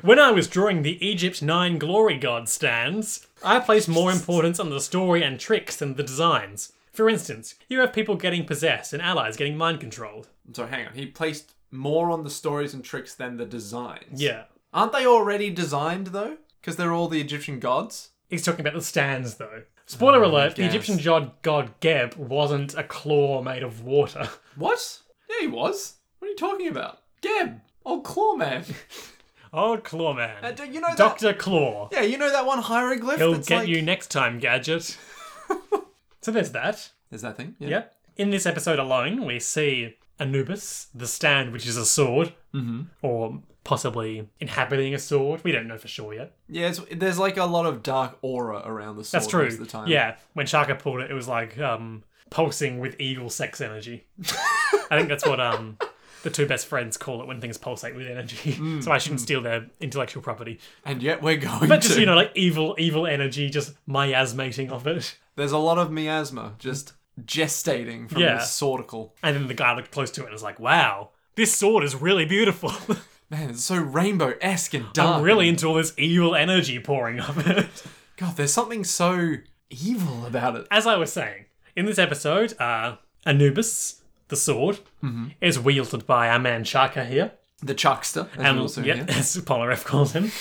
Speaker 1: when I was drawing the Egypt Nine Glory God stands, I placed more importance on the story and tricks than the designs. For instance, you have people getting possessed and allies getting mind controlled.
Speaker 2: So hang on, he placed more on the stories and tricks than the designs.
Speaker 1: Yeah.
Speaker 2: aren't they already designed though? Because they're all the Egyptian gods.
Speaker 1: He's talking about the stands, though. Spoiler alert: the
Speaker 2: yes.
Speaker 1: Egyptian god, god Geb wasn't a claw made of water.
Speaker 2: What? Yeah, he was. What are you talking about? Geb, old claw man. (laughs)
Speaker 1: Old claw man,
Speaker 2: Uh, do you know
Speaker 1: Doctor Claw.
Speaker 2: that? Yeah, you know that one hieroglyph.
Speaker 1: He'll
Speaker 2: that's
Speaker 1: get
Speaker 2: like-
Speaker 1: you next time, gadget. so there's that.
Speaker 2: Is that thing?
Speaker 1: Yep. In this episode alone, we see Anubis, the stand, which is a sword, or possibly inhabiting a sword. We don't know for sure yet.
Speaker 2: Yeah, it's, there's like a lot of dark aura around the sword
Speaker 1: That's true.
Speaker 2: most of the time.
Speaker 1: Yeah, when Shaka pulled it, it was like um, pulsing with evil sex energy. I think that's what
Speaker 2: (laughs)
Speaker 1: um, the two best friends call it when things pulsate with energy. (laughs)
Speaker 2: Mm,
Speaker 1: so I shouldn't steal their intellectual property,
Speaker 2: And yet we're (laughs) going
Speaker 1: but just
Speaker 2: to.
Speaker 1: you know, like evil, evil energy, just miasmating of it.
Speaker 2: There's a lot of miasma just gestating from
Speaker 1: Yeah.
Speaker 2: this sorticle.
Speaker 1: And then the guy looked close to it and was like, "Wow, this sword is really beautiful. (laughs)
Speaker 2: Man, it's so rainbow esque and dark.
Speaker 1: I'm really into all this evil energy pouring of it." (laughs)
Speaker 2: God, there's something so evil about it.
Speaker 1: as I was saying, in this episode, uh, Anubis, the sword,
Speaker 2: Mm-hmm.
Speaker 1: is wielded by our man Shaka here.
Speaker 2: The Chuckster, as we
Speaker 1: And,
Speaker 2: also
Speaker 1: yep,
Speaker 2: hear.
Speaker 1: as (laughs) Polnareff calls him.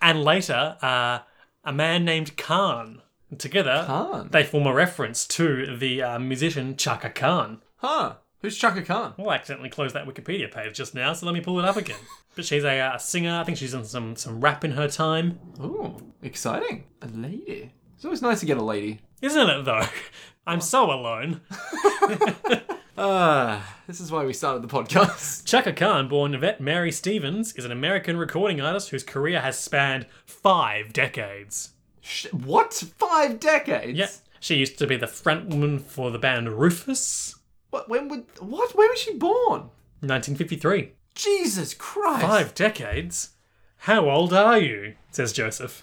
Speaker 1: and later, uh, a man named Khan. Together,
Speaker 2: Khan?
Speaker 1: they form a reference to the uh, musician Chaka Khan.
Speaker 2: Huh. Who's Chaka Khan?
Speaker 1: Well, I accidentally closed that Wikipedia page just now, so let me pull it up again. but she's a, uh, singer. I think she's done some, some rap in her time.
Speaker 2: Ooh, exciting. A lady. It's always nice to get a lady.
Speaker 1: Isn't it, though? (laughs) I'm so alone.
Speaker 2: Ah, this is why we started the podcast. (laughs)
Speaker 1: Chaka Khan, born Yvette Mary Stevens, is an American recording artist whose career has spanned five decades.
Speaker 2: Sh- what? Five decades?
Speaker 1: Yep. She used to be the frontwoman for the band Rufus,
Speaker 2: What, when would, what? When was she born?
Speaker 1: 1953.
Speaker 2: Jesus Christ.
Speaker 1: Five decades? How old are you? says Joseph.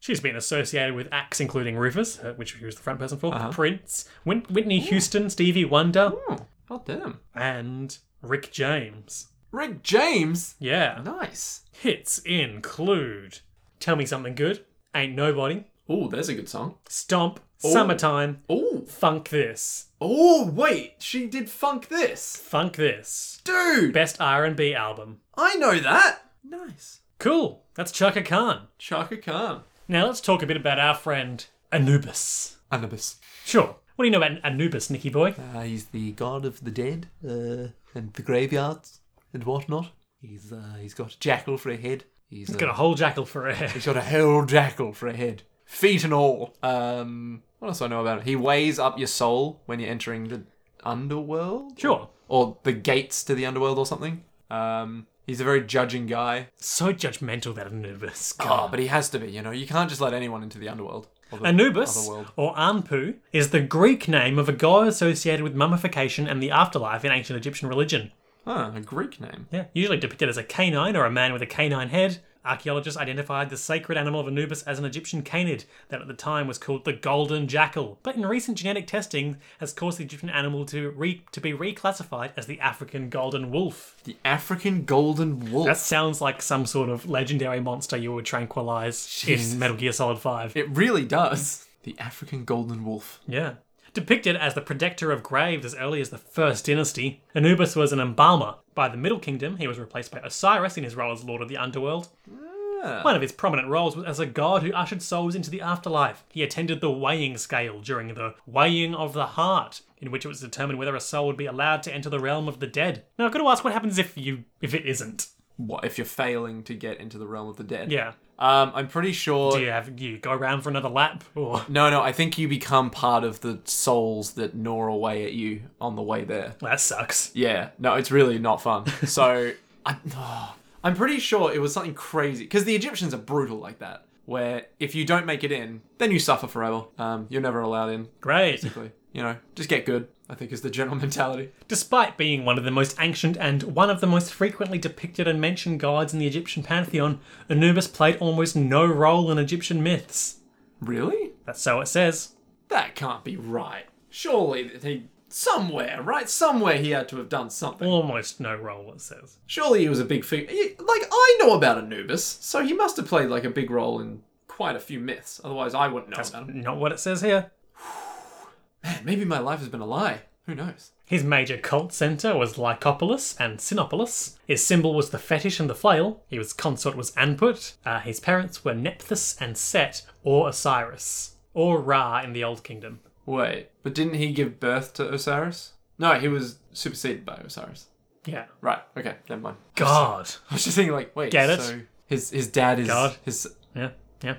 Speaker 1: She's been associated with acts including Rufus, uh, which he was the front person for, Prince, Whin- Whitney Houston, Stevie Wonder,
Speaker 2: Oh, God damn.
Speaker 1: and Rick James.
Speaker 2: Rick James.
Speaker 1: Yeah.
Speaker 2: Nice.
Speaker 1: Hits include Tell Me Something Good, Ain't Nobody,
Speaker 2: Oh, there's a good song.
Speaker 1: Stomp, Summertime,
Speaker 2: Oh,
Speaker 1: Funk This,
Speaker 2: oh, wait. She did funk this.
Speaker 1: Funk This.
Speaker 2: Dude,
Speaker 1: Best R&B album.
Speaker 2: I know that. Nice.
Speaker 1: Cool. That's Chaka Khan.
Speaker 2: Chaka Khan.
Speaker 1: Now let's talk a bit about our friend Anubis.
Speaker 2: Anubis.
Speaker 1: Sure. What do you know about Anubis, Nicky boy?
Speaker 2: Uh, he's the god of the dead uh, and the graveyards and whatnot. He's uh, he's got a jackal for a head. He's, uh,
Speaker 1: Got a whole jackal for a head.
Speaker 2: he's got a whole jackal for a head, feet and all. Um, what else do I know about him? He weighs up your soul when you're entering the
Speaker 1: (laughs)
Speaker 2: underworld.
Speaker 1: Sure.
Speaker 2: or the gates to the underworld or something. Um, he's a very judging guy.
Speaker 1: So judgmental that Anubis.
Speaker 2: Oh, but he has to be. You know, you can't just let anyone into the underworld. or the
Speaker 1: Anubis,
Speaker 2: other world.
Speaker 1: or Anpu, is the Greek name of a god associated with mummification and the afterlife in ancient Egyptian religion.
Speaker 2: Huh, a Greek name.
Speaker 1: Yeah, usually depicted as a canine or a man with a canine head. Archaeologists identified the sacred animal of Anubis as an Egyptian canid that at the time was called the golden jackal, but in recent genetic testing has caused the Egyptian animal to re- to be reclassified as the African golden wolf.
Speaker 2: The African Golden Wolf.
Speaker 1: That sounds like some sort of legendary monster you would tranquilize in Metal Gear Solid 5.
Speaker 2: it really does. The African Golden Wolf.
Speaker 1: Yeah. Depicted as the protector of graves as early as the First Dynasty, Anubis was an embalmer. By the Middle Kingdom, he was replaced by Osiris in his role as Lord of the Underworld. One of his prominent roles was as a god who ushered souls into the afterlife. He attended the weighing scale during the weighing of the heart, in which it was determined whether a soul would be allowed to enter the realm of the dead. Now I've got to ask what happens if you if it isn't.
Speaker 2: What if you're failing to get into the realm of the dead?
Speaker 1: Yeah.
Speaker 2: Um, I'm pretty sure.
Speaker 1: Do you have you go around for another lap or
Speaker 2: No, no. I think you become part of the souls that gnaw away at you on the way there.
Speaker 1: that sucks.
Speaker 2: Yeah, no, it's really not fun. So I, (sighs) oh, I'm pretty sure it was something crazy because the Egyptians are brutal like that. Where if you don't make it in, then you suffer forever. Um, you're never allowed in.
Speaker 1: Great.
Speaker 2: Basically, you know, just get good. I think is the general (laughs) mentality.
Speaker 1: Despite being one of the most ancient and one of the most frequently depicted and mentioned gods in the Egyptian pantheon, Anubis played almost no role in Egyptian myths.
Speaker 2: Really?
Speaker 1: That's so it says.
Speaker 2: That can't be right. Surely that he somewhere, right? Somewhere he had to have done something.
Speaker 1: Almost no role, it says.
Speaker 2: Surely he was a big figure. Like I know about Anubis, so he must have played like a big role in quite a few myths. Otherwise, I wouldn't know about him.
Speaker 1: Not what it says here.
Speaker 2: Man, maybe my life has been a lie. Who knows?
Speaker 1: His major cult centre was Lycopolis and Sinopolis. His symbol was the fetish and the flail. His consort was Anput. Uh, his parents were Nephthys and Set, or Osiris, or Ra in the Old Kingdom.
Speaker 2: Wait, but didn't he give birth to Osiris? No, he was superseded by Osiris.
Speaker 1: Yeah.
Speaker 2: Right. Okay. Never mind. (laughs)
Speaker 1: God.
Speaker 2: I was just thinking, like, wait.
Speaker 1: Get it?
Speaker 2: So his his dad is
Speaker 1: God.
Speaker 2: his.
Speaker 1: Yeah. Yeah.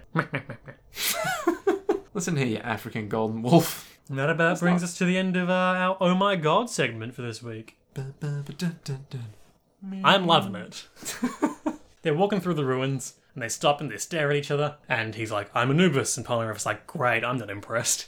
Speaker 2: Listen here, you African golden wolf. (laughs)
Speaker 1: And that about brings us to the end of uh, our Oh My God segment for this week. I'm loving it. They're walking through the ruins and they stop and they stare at each other. And he's like, I'm Anubis. And Polnareff's like, Great, I'm not impressed.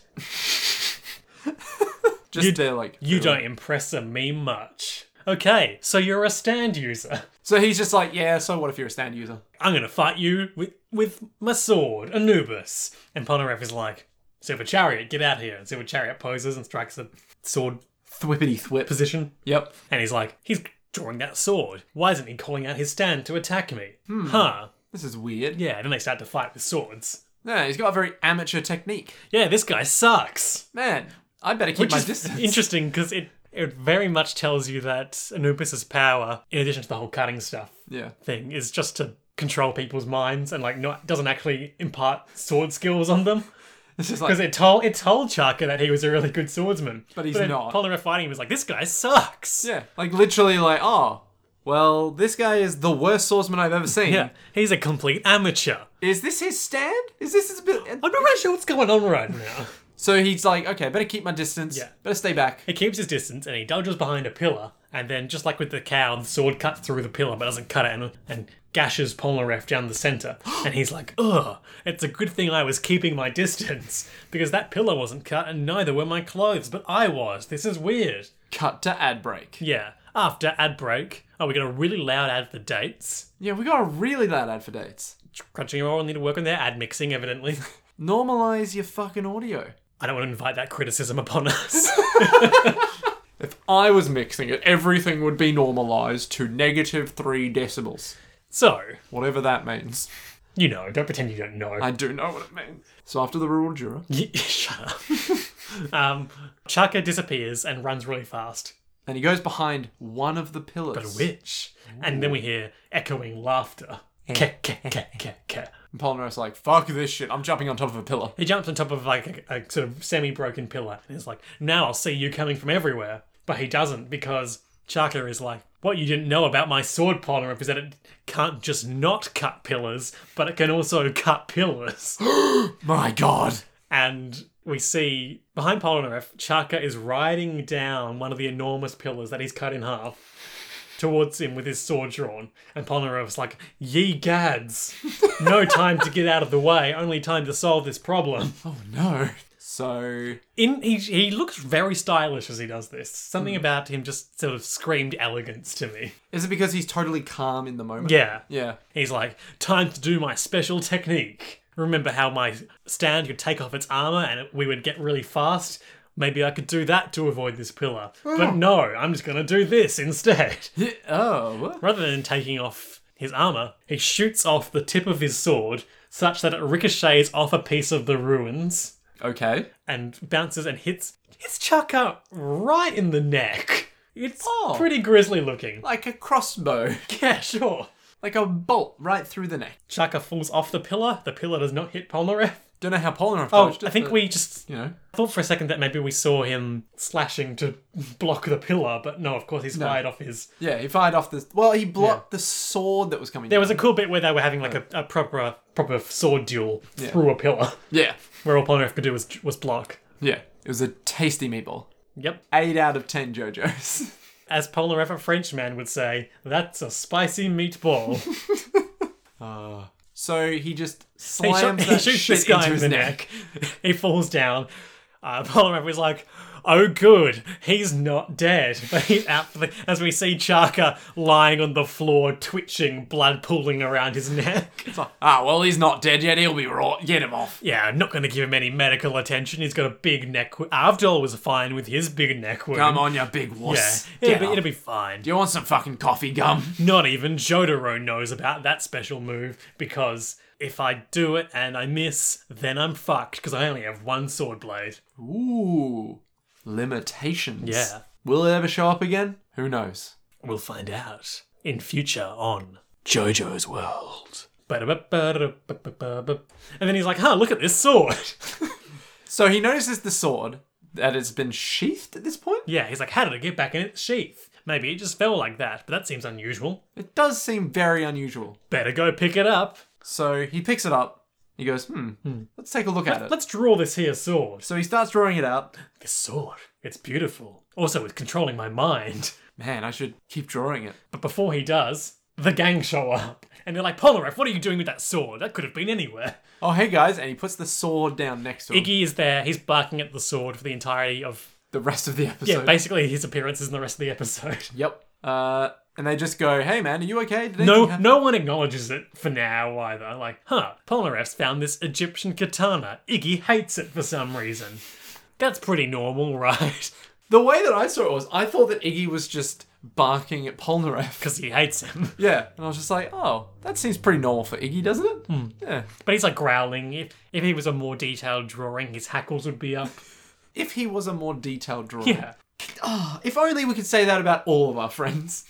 Speaker 2: Just there, like
Speaker 1: You don't impress me much. Okay, so you're a stand user.
Speaker 2: So he's just like, yeah. So what if you're a stand user?
Speaker 1: I'm gonna fight you with, with my sword, Anubis. And Polnareff is like, Silver Chariot, get out of here. And Silver Chariot poses and strikes a sword
Speaker 2: Thwippity thwip.
Speaker 1: position.
Speaker 2: Yep.
Speaker 1: And he's like, he's drawing that sword. Why isn't he calling out his stand to attack me?
Speaker 2: Hmm.
Speaker 1: Huh.
Speaker 2: This is weird. Yeah.
Speaker 1: Yeah, then they start to fight with swords.
Speaker 2: he's got a very amateur technique.
Speaker 1: Yeah, this guy sucks.
Speaker 2: Man, I better keep
Speaker 1: Which
Speaker 2: my
Speaker 1: is
Speaker 2: distance.
Speaker 1: interesting because it, it very much tells you that Anubis's power, in addition to the whole cutting stuff
Speaker 2: yeah.
Speaker 1: thing, is just to control people's minds and like not doesn't actually impart sword skills on them.
Speaker 2: It's just
Speaker 1: Because
Speaker 2: like,
Speaker 1: it told it told Chaka that he was a really good swordsman.
Speaker 2: But he's not.
Speaker 1: Polnareff fighting him was like, this guy sucks.
Speaker 2: yeah, like literally, like, oh, well, this guy is the worst swordsman I've ever seen.
Speaker 1: Yeah, he's a complete amateur.
Speaker 2: Is this his stand? Is this his bit?
Speaker 1: I'm not really sure what's going on right now.
Speaker 2: So he's like, okay, better keep my distance.
Speaker 1: Yeah.
Speaker 2: Better stay back.
Speaker 1: He keeps his distance and he dodges behind a pillar, and then just like with the cow, the sword cuts through the pillar but doesn't cut it and, and gashes Polnareff down the centre. And he's like, ugh, it's a good thing I was keeping my distance, because that pillar wasn't cut and neither were my clothes, but I was. This is weird.
Speaker 2: Cut to ad break.
Speaker 1: Yeah. After ad break, oh, we got a really loud ad for dates.
Speaker 2: Yeah, we got a really loud ad for dates.
Speaker 1: Crunchy Roll need to work on their ad mixing, evidently. (laughs)
Speaker 2: Normalize your fucking audio.
Speaker 1: I don't want to invite that criticism upon us. (laughs)
Speaker 2: If I was mixing it, everything would be normalized to negative three decibels.
Speaker 1: so,
Speaker 2: Whatever that means.
Speaker 1: you know, don't pretend you don't know.
Speaker 2: I do know what it means. So after the rural juror,
Speaker 1: Ye- (laughs) Shut up. um, Chaka disappears and runs really fast.
Speaker 2: and he goes behind one of the pillars.
Speaker 1: The witch. Eh, And then we hear echoing laughter. Ke, ke, ke, ke, ke.
Speaker 2: And Polnareff's like, fuck this shit, I'm jumping on top of a pillar. (laughs)
Speaker 1: He jumps on top of like a, a sort of semi-broken pillar and is like, "Now I'll see you coming from everywhere." But he doesn't because Chaka is like, "What you didn't know about my sword polymer is that it can't just not cut pillars, but it can also cut pillars."
Speaker 2: My god.
Speaker 1: and we see behind Polnareff, Chaka is riding down one of the enormous pillars that he's cut in half towards him with his sword drawn. And Polnareff's like, Ye gads! No time to get out of the way, only time to solve this problem.
Speaker 2: Oh no. So
Speaker 1: In he, he looks very stylish as he does this. Something about him just sort of screamed elegance to me.
Speaker 2: is it because he's totally calm in the moment?
Speaker 1: Yeah.
Speaker 2: Yeah.
Speaker 1: He's like, time to do my special technique. Remember how my stand could take off its armor and it- we would get really fast? Maybe I could do that to avoid this pillar. But no, I'm just going to do this instead. (laughs)
Speaker 2: Yeah, Oh. What?
Speaker 1: Rather than taking off his armor, he shoots off the tip of his sword such that it ricochets off a piece of the ruins
Speaker 2: Okay.
Speaker 1: and bounces and hits hits Chaka right in the neck. It's
Speaker 2: Oh.
Speaker 1: pretty grisly looking. (laughs)
Speaker 2: Like a crossbow,
Speaker 1: Yeah, sure.
Speaker 2: like a bolt right through the neck.
Speaker 1: Chaka falls off the pillar. The pillar does not hit Polnareff.
Speaker 2: Don't know how Polnareff
Speaker 1: Oh,
Speaker 2: dodged it.
Speaker 1: I think
Speaker 2: but,
Speaker 1: we just
Speaker 2: You know.
Speaker 1: thought for a second that maybe we saw him slashing to block the pillar, but no, of course he's fired off his.
Speaker 2: Yeah, he fired off this. Well, he blocked the sword that was coming.
Speaker 1: There was a cool bit where they were having like a, a proper proper sword duel through a pillar, (laughs)
Speaker 2: Yeah.
Speaker 1: where all Polnareff could do was was block.
Speaker 2: Yeah. It was a tasty meatball.
Speaker 1: Yep.
Speaker 2: Eight out of ten JoJo's. (laughs)
Speaker 1: As Polnareff, a Frenchman, would say, that's a spicy meatball.
Speaker 2: So he just
Speaker 1: he, shot-
Speaker 2: slams
Speaker 1: he
Speaker 2: that
Speaker 1: shoots
Speaker 2: shit
Speaker 1: this guy
Speaker 2: into
Speaker 1: in
Speaker 2: his
Speaker 1: the
Speaker 2: neck.
Speaker 1: neck. he falls down. Uh, Polnareff is like, oh good, he's not dead. (laughs) But he's out for the, as we see Chaka lying on the floor, twitching, blood pooling around his neck.
Speaker 2: It's like, ah, well, he's not dead yet. He'll be right. Get him off.
Speaker 1: Yeah, I'm not going to give him any medical attention. He's got a big neck. wo- Avdol was fine with his big neck wound.
Speaker 2: Come on, you big
Speaker 1: yeah,
Speaker 2: wuss.
Speaker 1: it'll
Speaker 2: Get
Speaker 1: be,
Speaker 2: up.
Speaker 1: it'll be fine.
Speaker 2: Do you want some fucking coffee gum?
Speaker 1: Not even Jotaro knows about that special move because if I do it and I miss, then I'm fucked because I only have one sword blade.
Speaker 2: Ooh, limitations.
Speaker 1: Yeah.
Speaker 2: Will it ever show up again? Who knows?
Speaker 1: We'll find out in future on JoJo's World. Ba-da-ba-ba-da-ba-ba-ba-ba. And then he's like, huh, look at this sword. (laughs)
Speaker 2: So he notices the sword that has been sheathed at this point.
Speaker 1: yeah, he's like, how did it get back in its sheath? Maybe it just fell like that, but that seems unusual.
Speaker 2: It does seem very unusual.
Speaker 1: Better go pick it up.
Speaker 2: So he picks it up. He goes, hmm, let's take a look at it.
Speaker 1: Let's draw this here sword.
Speaker 2: So he starts drawing it out.
Speaker 1: This sword, it's beautiful. Also, it's controlling my mind. (laughs)
Speaker 2: Man, I should keep drawing it.
Speaker 1: But before he does, the gang show up. And they're like, Polnareff, what are you doing with that sword? That could have been anywhere.
Speaker 2: Oh, hey guys. And he puts the sword down next to him.
Speaker 1: Iggy is there, he's barking at the sword for the entirety of.
Speaker 2: The rest of the
Speaker 1: Yeah,
Speaker 2: episode.
Speaker 1: basically his appearances in the rest of the episode.
Speaker 2: yep. Uh, and they just go, hey man, are you okay? Did anything
Speaker 1: No,
Speaker 2: happen?"
Speaker 1: no one acknowledges it for now either. Like, huh, Polnareff's found this Egyptian katana. Iggy hates it for some reason. That's pretty normal, (laughs) right?
Speaker 2: The way that I saw it was, I thought that Iggy was just barking
Speaker 1: (laughs)
Speaker 2: at Polnareff.
Speaker 1: Because he hates him.
Speaker 2: Yeah. And I was just like, oh, that seems pretty normal for Iggy, doesn't it?
Speaker 1: Hmm.
Speaker 2: Yeah.
Speaker 1: But he's like growling. If if he was a more detailed drawing, his hackles would be up. (laughs)
Speaker 2: If he was a more detailed drawing.
Speaker 1: Yeah.
Speaker 2: Ah, if only we could say that about all of
Speaker 1: (laughs)
Speaker 2: our friends.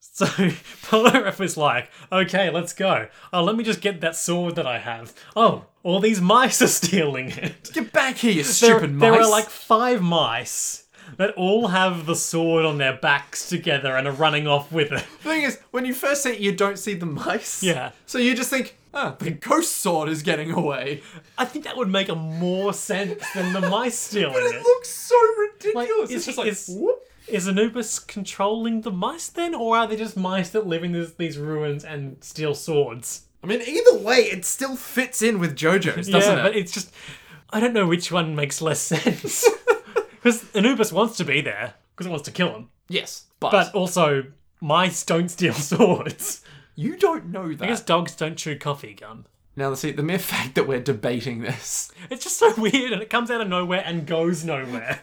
Speaker 1: So (laughs) Polnareff is like, okay, let's go. Oh, let me just get that sword that I have. Oh, all these mice are (laughs) stealing it.
Speaker 2: Get back here, you
Speaker 1: There-
Speaker 2: stupid mice.
Speaker 1: there are like five mice that all have the sword on their backs together and are running off with it.
Speaker 2: The thing is, when you first see it, you don't see the mice.
Speaker 1: Yeah.
Speaker 2: So you just think, ah, the ghost sword is getting away.
Speaker 1: I think that would make a more sense than the mice stealing
Speaker 2: But it
Speaker 1: it.
Speaker 2: looks so ridiculous.
Speaker 1: Oh, Like,
Speaker 2: it's
Speaker 1: is-
Speaker 2: just like,
Speaker 1: is-
Speaker 2: whoop.
Speaker 1: Is Anubis controlling the mice then, or are they just mice that live in this, these ruins and steal swords?
Speaker 2: I mean, either way, it still fits in with JoJo's, doesn't
Speaker 1: yeah,
Speaker 2: it?
Speaker 1: but it's just I don't know which one makes less (laughs)
Speaker 2: (laughs)
Speaker 1: sense because Anubis wants to be there because it wants to kill him,
Speaker 2: yes,
Speaker 1: but also mice don't (laughs) steal swords.
Speaker 2: you don't know that.
Speaker 1: I guess dogs don't chew coffee gum.
Speaker 2: Now, see, the mere (laughs) fact that we're debating this, (laughs)
Speaker 1: It's just so (laughs) weird, and it comes out of nowhere and goes
Speaker 2: (laughs)
Speaker 1: nowhere.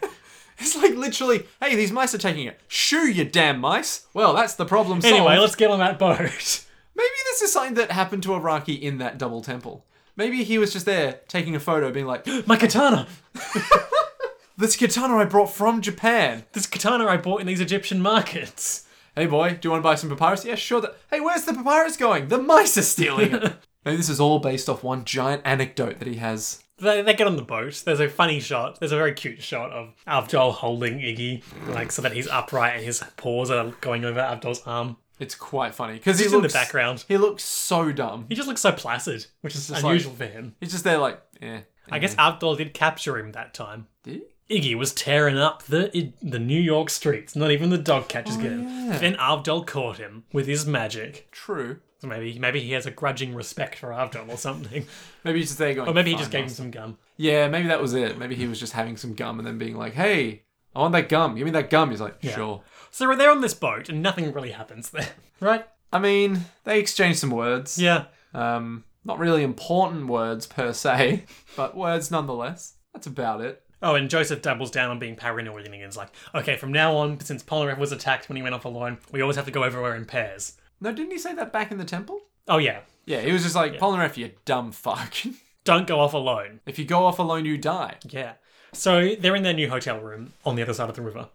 Speaker 2: it's like literally, hey, these mice are taking it. Shoo, you damn mice. Well, that's the problem solved.
Speaker 1: anyway, let's get on that boat.
Speaker 2: Maybe this is something that happened to Araki in that double temple. Maybe he was just there taking a photo, being like, (gasps)
Speaker 1: My katana.
Speaker 2: this katana I brought from Japan.
Speaker 1: This katana I bought in these Egyptian markets.
Speaker 2: Hey boy, do you want to buy some papyrus? Yeah, sure. That- hey, where's the papyrus going? The mice are
Speaker 1: (laughs)
Speaker 2: stealing it. Maybe this is all based off one giant anecdote that he has.
Speaker 1: They, they get on the boat. There's a funny shot. There's a very cute shot of Avdol holding Iggy, like so that he's upright and his paws are going over Avdol's arm.
Speaker 2: It's quite funny because he
Speaker 1: He's
Speaker 2: looks
Speaker 1: in the background.
Speaker 2: He looks so dumb.
Speaker 1: He just looks so placid, which is
Speaker 2: just
Speaker 1: unusual for him.
Speaker 2: He's just there like, eh.
Speaker 1: I guess Abdul did capture him that time.
Speaker 2: Did he?
Speaker 1: Iggy was tearing up the the New York streets. Not even the dog catchers get him.
Speaker 2: yeah.
Speaker 1: Then Abdul caught him with his magic.
Speaker 2: True.
Speaker 1: So maybe maybe he has a grudging respect for Abdul or something. (laughs)
Speaker 2: Maybe he's just there going.
Speaker 1: Or maybe he
Speaker 2: "Fine,
Speaker 1: just gave him
Speaker 2: master."
Speaker 1: some gum.
Speaker 2: Yeah, maybe that was it. Maybe he was just having some gum and then being like, "Hey, I want that gum. Give me that gum." He's like, "Sure."
Speaker 1: So we're there on this boat and nothing really happens there. (laughs) Right?
Speaker 2: I mean, they exchanged some words.
Speaker 1: Yeah.
Speaker 2: Um, not really important words per se, (laughs) but words nonetheless. That's about it.
Speaker 1: Oh, and Joseph doubles down on being paranoid and is like, okay, from now on, since Polnareff was attacked when he went off alone, we always have to go everywhere in pairs.
Speaker 2: No, didn't he say that back in the temple?
Speaker 1: Oh yeah,
Speaker 2: Yeah, he was just like, Polnareff, you dumb fuck. (laughs)
Speaker 1: don't go off alone.
Speaker 2: if you go off alone, you die.
Speaker 1: Yeah. So they're in their new hotel room on the other side of the river.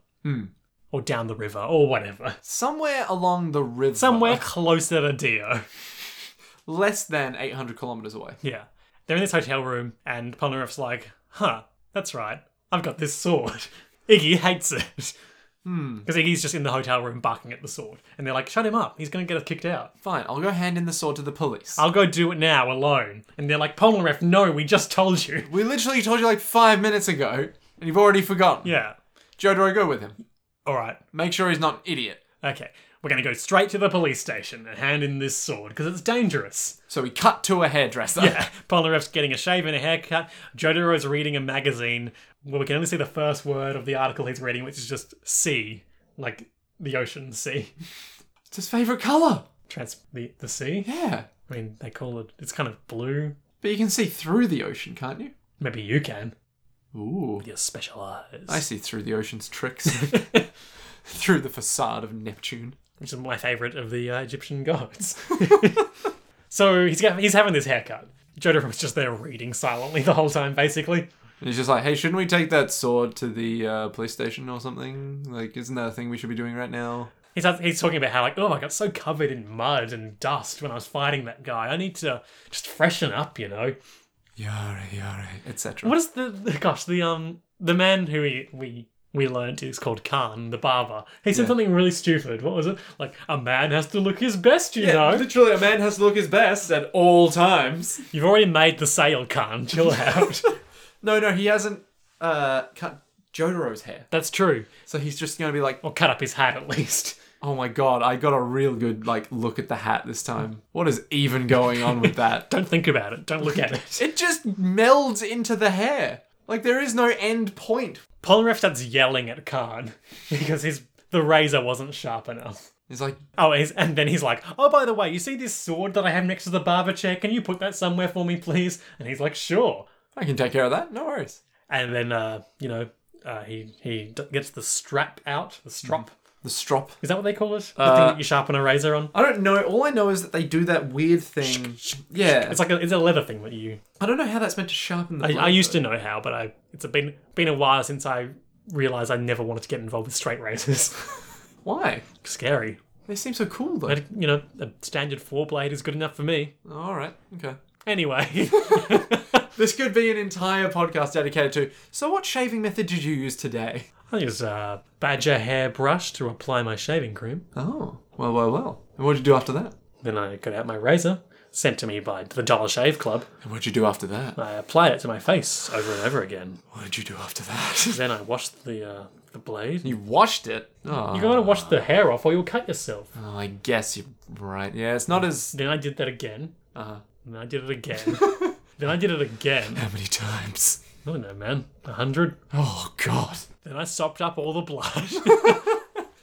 Speaker 1: Or down the river, or whatever.
Speaker 2: Somewhere along the river.
Speaker 1: Somewhere closer to Dio. (laughs)
Speaker 2: Less than 800 kilometers away.
Speaker 1: Yeah. They're in this hotel room, and Polnareff's like, huh, that's right. I've got this sword. (laughs) Iggy hates it. (laughs) Hmm. Because Iggy's just in the hotel room barking at the sword. And they're like, shut him up. He's going to get us kicked out.
Speaker 2: Fine, I'll go hand in the sword to the police.
Speaker 1: I'll go do it now alone. And they're like, Polnareff, no, we just told you. (laughs)
Speaker 2: we literally told you like five minutes ago, and you've already forgotten.
Speaker 1: Yeah.
Speaker 2: Joe, do I go with him?
Speaker 1: All right.
Speaker 2: Make sure he's not an idiot.
Speaker 1: Okay. We're going to go straight to the police station and hand in this sword because it's dangerous. (laughs)
Speaker 2: So we cut to a hairdresser.
Speaker 1: Yeah, Polnareff's getting a shave and a haircut. Jotaro's reading a magazine where we can only see the first word of the article he's reading, which is just sea, like the ocean sea. (laughs)
Speaker 2: It's his favorite color.
Speaker 1: Trans the, the sea.
Speaker 2: Yeah.
Speaker 1: I mean, they call it. It's kind of blue.
Speaker 2: But you can see through the ocean, can't you?
Speaker 1: Maybe you can.
Speaker 2: Ooh.
Speaker 1: You're specialized.
Speaker 2: I see through the
Speaker 1: (laughs)
Speaker 2: ocean's tricks. (laughs) through the facade of Neptune.
Speaker 1: which is my favorite of the uh, Egyptian (laughs) gods. so he's got, he's having this haircut. Jotaro was just there reading silently the whole time, basically.
Speaker 2: And he's just like, hey, shouldn't we take that sword to the uh, police station or something? Like, isn't that a thing we should be doing right now?
Speaker 1: He's, he's talking about how, like, oh, I got so covered in mud and dust when I was fighting that guy. I need to just freshen up, you know?
Speaker 2: Yare, yare, etc.
Speaker 1: What is the, the gosh, the um the man who we we we learned is called Khan, the barber. He said
Speaker 2: Yeah.
Speaker 1: something really stupid. What was it? Like, a man has to look his best, you know?
Speaker 2: literally, a man has to look his best at all times.
Speaker 1: You've already made the sale, Khan. Chill out. (laughs)
Speaker 2: No, no, he hasn't uh, cut Jotaro's hair.
Speaker 1: That's true.
Speaker 2: So he's just going to be like,
Speaker 1: Or cut up his hat at least.
Speaker 2: oh my god, I got a real good, like, look at the hat this time. What is even going on with
Speaker 1: (laughs)
Speaker 2: that?
Speaker 1: Don't think about it. Don't look at it.
Speaker 2: It just melds into the hair. Like there is no end point.
Speaker 1: Polnareff starts yelling at Khan (laughs) because his the razor wasn't sharp enough.
Speaker 2: It's like
Speaker 1: Oh, he's, and then he's like, "Oh, by the way, you see this sword that I have next to the barber chair? Can you put that somewhere for me, please?" And he's like, "Sure."
Speaker 2: I can take care of that. No worries.
Speaker 1: And then, uh, you know, uh, he he d- gets the strap out, the strop.
Speaker 2: The strop.
Speaker 1: Is that what they call it? The thing that you sharpen a razor on.
Speaker 2: I don't know. All I know is that they do that weird thing. Yeah.
Speaker 1: It's like a, it's a leather thing that you.
Speaker 2: I don't know how that's meant to sharpen the.
Speaker 1: I,
Speaker 2: blade,
Speaker 1: I used
Speaker 2: though.
Speaker 1: to know how, but I it's been been a while since I realized I never wanted to get involved with straight razors. (laughs)
Speaker 2: Why?
Speaker 1: Scary.
Speaker 2: They seem so cool though.
Speaker 1: But, you know, a standard four blade is good enough for me.
Speaker 2: All right. Okay.
Speaker 1: Anyway, (laughs)
Speaker 2: This could be an entire podcast dedicated to. So, what shaving method did you use today?
Speaker 1: I use a badger hair brush to apply my shaving cream.
Speaker 2: Oh, well, well, well. And what did you do after that?
Speaker 1: Then I got out my razor, sent to me by the Dollar Shave Club.
Speaker 2: And what did you do after that?
Speaker 1: I applied it to my face over and over again.
Speaker 2: What did you do after that? (laughs)
Speaker 1: Then I washed the uh, the blade. You
Speaker 2: you washed it. Oh,
Speaker 1: gotta wash the hair off, or you'll cut yourself.
Speaker 2: oh, I guess you're right. Yeah, it's not as. (laughs)
Speaker 1: Then I did that again.
Speaker 2: Uh,
Speaker 1: And then I did it again. (laughs) then I did it again.
Speaker 2: how many times?
Speaker 1: I don't know, man. A hundred.
Speaker 2: Oh god.
Speaker 1: Then I sopped up all the blood. (laughs)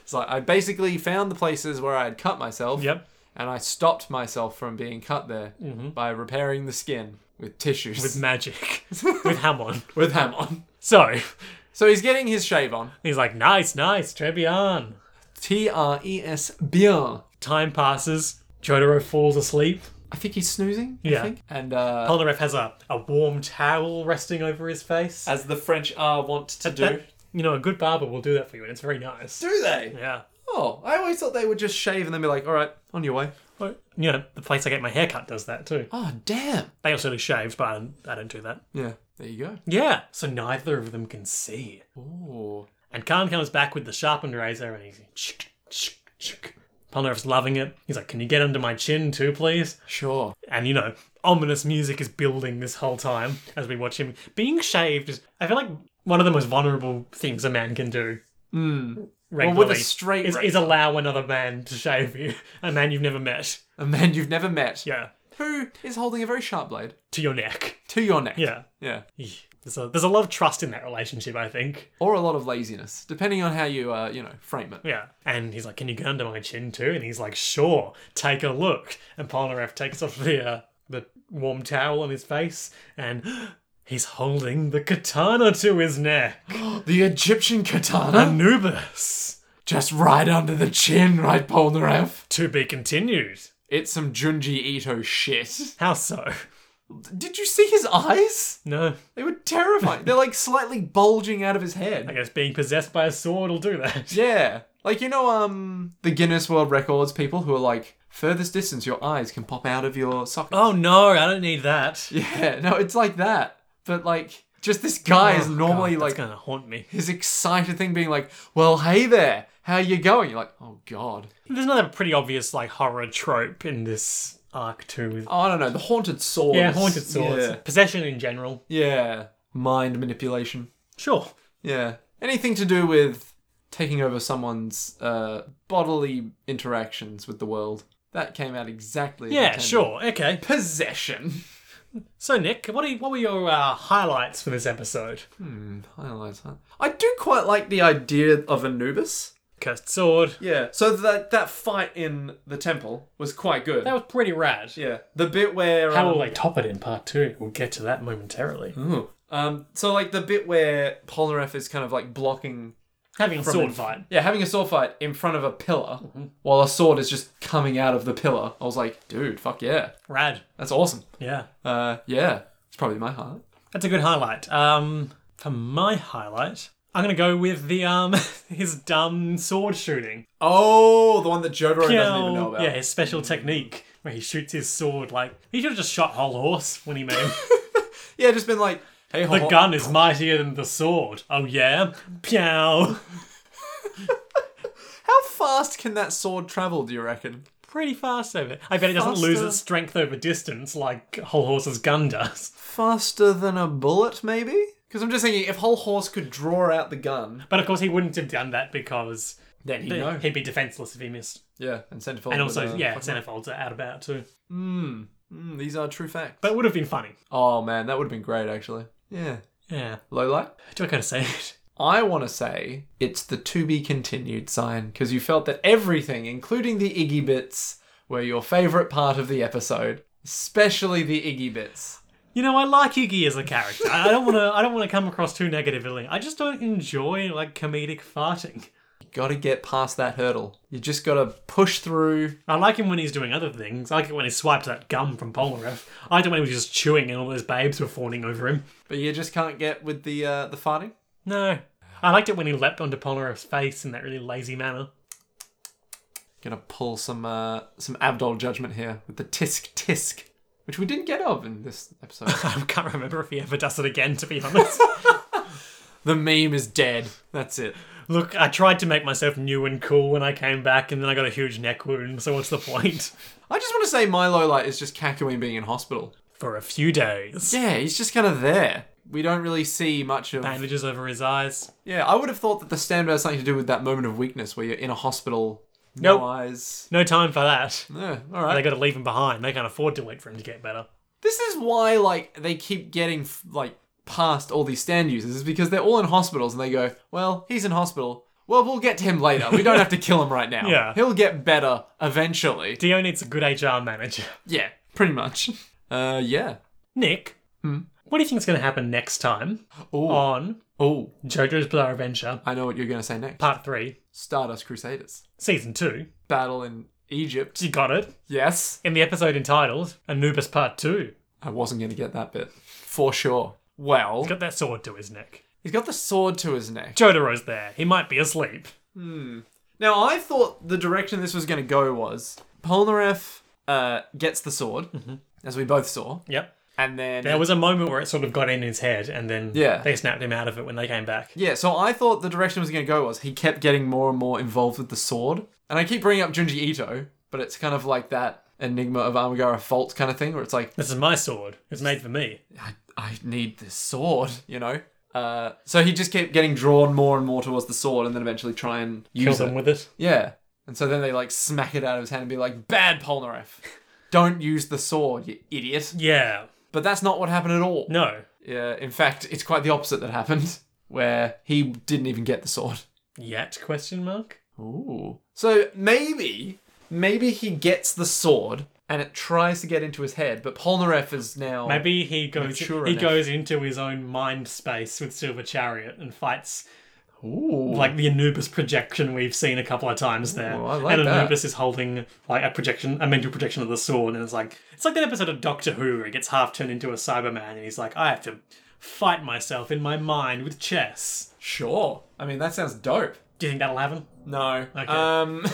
Speaker 2: It's like I basically found the places where I had cut myself.
Speaker 1: yep. Mm-hmm.
Speaker 2: And I stopped myself from being cut there by repairing the skin with tissues
Speaker 1: With
Speaker 2: with,
Speaker 1: magic. (laughs) With Hammond.
Speaker 2: Hamon.
Speaker 1: So
Speaker 2: So he's getting his shave on.
Speaker 1: he's like, nice, nice, Trebian.
Speaker 2: T R E S bien.
Speaker 1: Time passes. Jotaro falls asleep.
Speaker 2: I think he's snoozing.
Speaker 1: Yeah.
Speaker 2: I think. And uh,
Speaker 1: Polnareff has a, a warm towel resting over his face.
Speaker 2: as the French are wont
Speaker 1: (laughs)
Speaker 2: to do.
Speaker 1: That- you know, a good barber will do that for you, and it's very nice.
Speaker 2: do they?
Speaker 1: Yeah.
Speaker 2: Oh, I always thought they would just shave and then be like, all right, on your way.
Speaker 1: Well, you know, the place I get my hair cut does that too.
Speaker 2: Oh, damn.
Speaker 1: They also do shaves, but I don't, I don't do that.
Speaker 2: Yeah. There you go.
Speaker 1: Yeah. So neither of them can see.
Speaker 2: Ooh.
Speaker 1: And Khan comes back with the sharpened razor, and he's Polnareff's loving it. He's like, Can you get under my chin too, please?
Speaker 2: Sure.
Speaker 1: And you know, ominous music is building this whole time as we watch him being shaved. Is, I feel like one of the most vulnerable things a man can do.
Speaker 2: Hmm. Well,
Speaker 1: Regularly
Speaker 2: with a straight
Speaker 1: is,
Speaker 2: razor.
Speaker 1: is allow another man to shave you, a man you've never met.
Speaker 2: a man you've never met
Speaker 1: Yeah,
Speaker 2: who is holding a very sharp blade
Speaker 1: to your neck.
Speaker 2: to your neck.
Speaker 1: Yeah,
Speaker 2: Yeah.
Speaker 1: there's a there's a lot of trust in that relationship. I think.
Speaker 2: Or a lot of laziness, depending on how you, uh, you know, frame it.
Speaker 1: Yeah, and he's like, "Can you get under my chin too?" And he's like, "Sure, take a look." And Polnareff takes off the uh, the warm towel on his face, and (gasps) he's holding the katana to his neck.
Speaker 2: (gasps) The Egyptian
Speaker 1: Um,
Speaker 2: katana,
Speaker 1: Anubis.
Speaker 2: just right under the chin, right, Polnareff?
Speaker 1: To be continued.
Speaker 2: It's some Junji Ito shit.
Speaker 1: How so?
Speaker 2: Did you see his eyes?
Speaker 1: No,
Speaker 2: They were terrifying. They're like slightly bulging out of his
Speaker 1: I
Speaker 2: head.
Speaker 1: guess being possessed by a sword will do that.
Speaker 2: Yeah. Like you know, um the Guinness World Records people who are like, furthest distance your eyes can pop out of your
Speaker 1: (laughs)
Speaker 2: socket.
Speaker 1: Oh no, I don't need that.
Speaker 2: Yeah, no, it's like that. But like just this guy is
Speaker 1: Oh,
Speaker 2: normally
Speaker 1: God,
Speaker 2: like
Speaker 1: that's gonna haunt me.
Speaker 2: his excited thing being like, Well, hey there, how you going? You're like, Oh god.
Speaker 1: There's another pretty obvious like horror trope in this arc too. With-
Speaker 2: Oh, I don't know, the haunted swords.
Speaker 1: yeah, haunted swords,
Speaker 2: Yeah.
Speaker 1: possession in general.
Speaker 2: yeah. Mind manipulation.
Speaker 1: Sure.
Speaker 2: Yeah. Anything to do with taking over someone's uh, bodily interactions with the world. That came out exactly. as
Speaker 1: Yeah,
Speaker 2: intended.
Speaker 1: sure. Okay.
Speaker 2: Possession. (laughs)
Speaker 1: So Nick, what are you, what were your uh, highlights for this episode?
Speaker 2: Highlights, huh? I do quite like the idea of Anubis.
Speaker 1: Cursed sword.
Speaker 2: Yeah. So that that fight in the temple was quite good.
Speaker 1: That was pretty rad.
Speaker 2: yeah. The bit where
Speaker 1: How
Speaker 2: um,
Speaker 1: will they top it in part two? We'll get to that momentarily.
Speaker 2: um so like the bit where Polnareff is kind of like blocking
Speaker 1: Having a sword
Speaker 2: in-
Speaker 1: fight.
Speaker 2: Yeah, having a sword fight in front of a pillar
Speaker 1: Mm-hmm.
Speaker 2: while a sword is just coming out of the pillar. I was like, dude, fuck yeah.
Speaker 1: Rad.
Speaker 2: That's awesome.
Speaker 1: Yeah.
Speaker 2: Uh, yeah, it's probably my heart.
Speaker 1: That's a good highlight. Um, for my highlight, I'm gonna go with the um (laughs) his dumb sword shooting.
Speaker 2: Oh, the one that Jodoro doesn't even know about. Hmm.
Speaker 1: yeah, his special technique where he shoots his sword like he should have just shot whole horse when he made
Speaker 2: (laughs)
Speaker 1: him.
Speaker 2: Yeah, just been like, hey,
Speaker 1: the gun is mightier than the sword. Oh yeah, pew.
Speaker 2: How fast can that sword travel? Do you reckon?
Speaker 1: Pretty fast over. I bet it doesn't lose
Speaker 2: Faster.
Speaker 1: its strength over distance like whole horse's gun does.
Speaker 2: Faster than a bullet, maybe? Because I'm just thinking, if Whole Horse could draw out the gun,
Speaker 1: But of course, he wouldn't have done that because
Speaker 2: then he'd uh,
Speaker 1: th- he'd be defenseless if he missed.
Speaker 2: Yeah, and Centerfold.
Speaker 1: And also, yeah, centerfolds are out about too.
Speaker 2: mm, these are true facts.
Speaker 1: But it would have been funny.
Speaker 2: oh man, that would have been great, actually. Yeah,
Speaker 1: Yeah.
Speaker 2: low light.
Speaker 1: Do I gotta say it?
Speaker 2: I want to say it's the to be continued sign because you felt that everything, including the Iggy bits, were your favorite part of the episode, especially the Iggy bits.
Speaker 1: You know, I like Iggy as a character. I I don't want to. I don't want to come across too negatively. I just don't enjoy like comedic farting.
Speaker 2: You gotta get past that hurdle. You just gotta push through.
Speaker 1: I like him when he's doing other things. I like it when he swipes that gum from Polnareff. I liked it when he was just chewing and all those babes were fawning over him.
Speaker 2: But you just can't get with the uh, the farting.
Speaker 1: No. I liked it when he leapt onto Polnareff's face in that really lazy manner. (laughs)
Speaker 2: Gonna pull some uh, some Abdol judgment here with the tisk tisk, which we didn't get of in this episode.
Speaker 1: I can't remember if he ever does it again, to be honest.
Speaker 2: the meme is dead. That's it.
Speaker 1: Look, I tried to make myself new and cool when I came back, and then I got a huge neck wound, so what's the point? (laughs)
Speaker 2: I just want to say my low light is just Kakyoin being in hospital.
Speaker 1: For a few days.
Speaker 2: Yeah, he's just kind of there. We don't really see much of.
Speaker 1: Bandages over his eyes.
Speaker 2: Yeah, I would have thought that the standout has something to do with that moment of weakness where you're in a hospital,
Speaker 1: Nope.
Speaker 2: no eyes.
Speaker 1: No time for that.
Speaker 2: Yeah, all right.
Speaker 1: They gotta leave him behind. They can't afford to wait for him to get better.
Speaker 2: This is why like they keep getting f- like past all these stand users is because they're all in hospitals and they go, well, he's in hospital. Well, we'll get to him later. We don't have to kill him right
Speaker 1: (laughs)
Speaker 2: now.
Speaker 1: Yeah.
Speaker 2: he'll get better eventually.
Speaker 1: Dio needs a good HR manager. (laughs)
Speaker 2: Yeah, pretty much. (laughs) Uh, yeah.
Speaker 1: Nick, what do you think's going to happen next time
Speaker 2: Oh,
Speaker 1: on
Speaker 2: oh,
Speaker 1: JoJo's Bizarre Adventure
Speaker 2: I know what you're gonna say next.
Speaker 1: Part Three,
Speaker 2: Stardust Crusaders
Speaker 1: Season Two?
Speaker 2: battle in Egypt.
Speaker 1: You got it
Speaker 2: Yes,
Speaker 1: in the episode entitled "Anubis Part 2.
Speaker 2: I wasn't gonna get that bit for sure. Well,
Speaker 1: He's got that sword to his neck.
Speaker 2: he's got the sword to his neck.
Speaker 1: Jotaro's there. He might be asleep.
Speaker 2: Now, I thought the direction this was going to go was Polnareff uh, gets the sword, as we both saw,
Speaker 1: Yep.
Speaker 2: and then
Speaker 1: There was a moment where it sort of got in his head, and then
Speaker 2: Yeah.
Speaker 1: they snapped him out of it when they came back.
Speaker 2: yeah. So I thought the direction it was going to go was he kept getting more and more involved with the sword And I keep bringing up Junji Ito, but it's kind of like that enigma of Amagara Fault kind of thing, where it's like,
Speaker 1: This is my sword. It's made for me.
Speaker 2: I, I need this sword, you know? Uh, so he just kept getting drawn more and more towards the sword and then eventually try and
Speaker 1: Kill
Speaker 2: use
Speaker 1: them
Speaker 2: it.
Speaker 1: with it.
Speaker 2: yeah. And so then they like smack it out of his hand and be like, bad Polnareff. Don't use the sword, you idiot.
Speaker 1: Yeah.
Speaker 2: But that's not what happened at all.
Speaker 1: No.
Speaker 2: Yeah, in fact, it's quite the opposite that happened, where he didn't even get the sword.
Speaker 1: Yet? Question mark.
Speaker 2: Ooh. So maybe, maybe he gets the sword and it tries to get into his head, but Polnareff is now.
Speaker 1: Maybe he goes.
Speaker 2: Mature
Speaker 1: he
Speaker 2: enough.
Speaker 1: goes into his own mind space with Silver Chariot and fights
Speaker 2: Ooh.
Speaker 1: like the Anubis projection we've seen a couple of times there.
Speaker 2: Ooh, I like
Speaker 1: and
Speaker 2: that.
Speaker 1: Anubis is holding like a projection, a mental projection of the sword, and it's like it's like that episode of Doctor Who where he gets half turned into a Cyberman, and he's like, I have to fight myself in my mind with chess.
Speaker 2: Sure. I mean, that sounds dope.
Speaker 1: Do you think that'll happen?
Speaker 2: No. Um,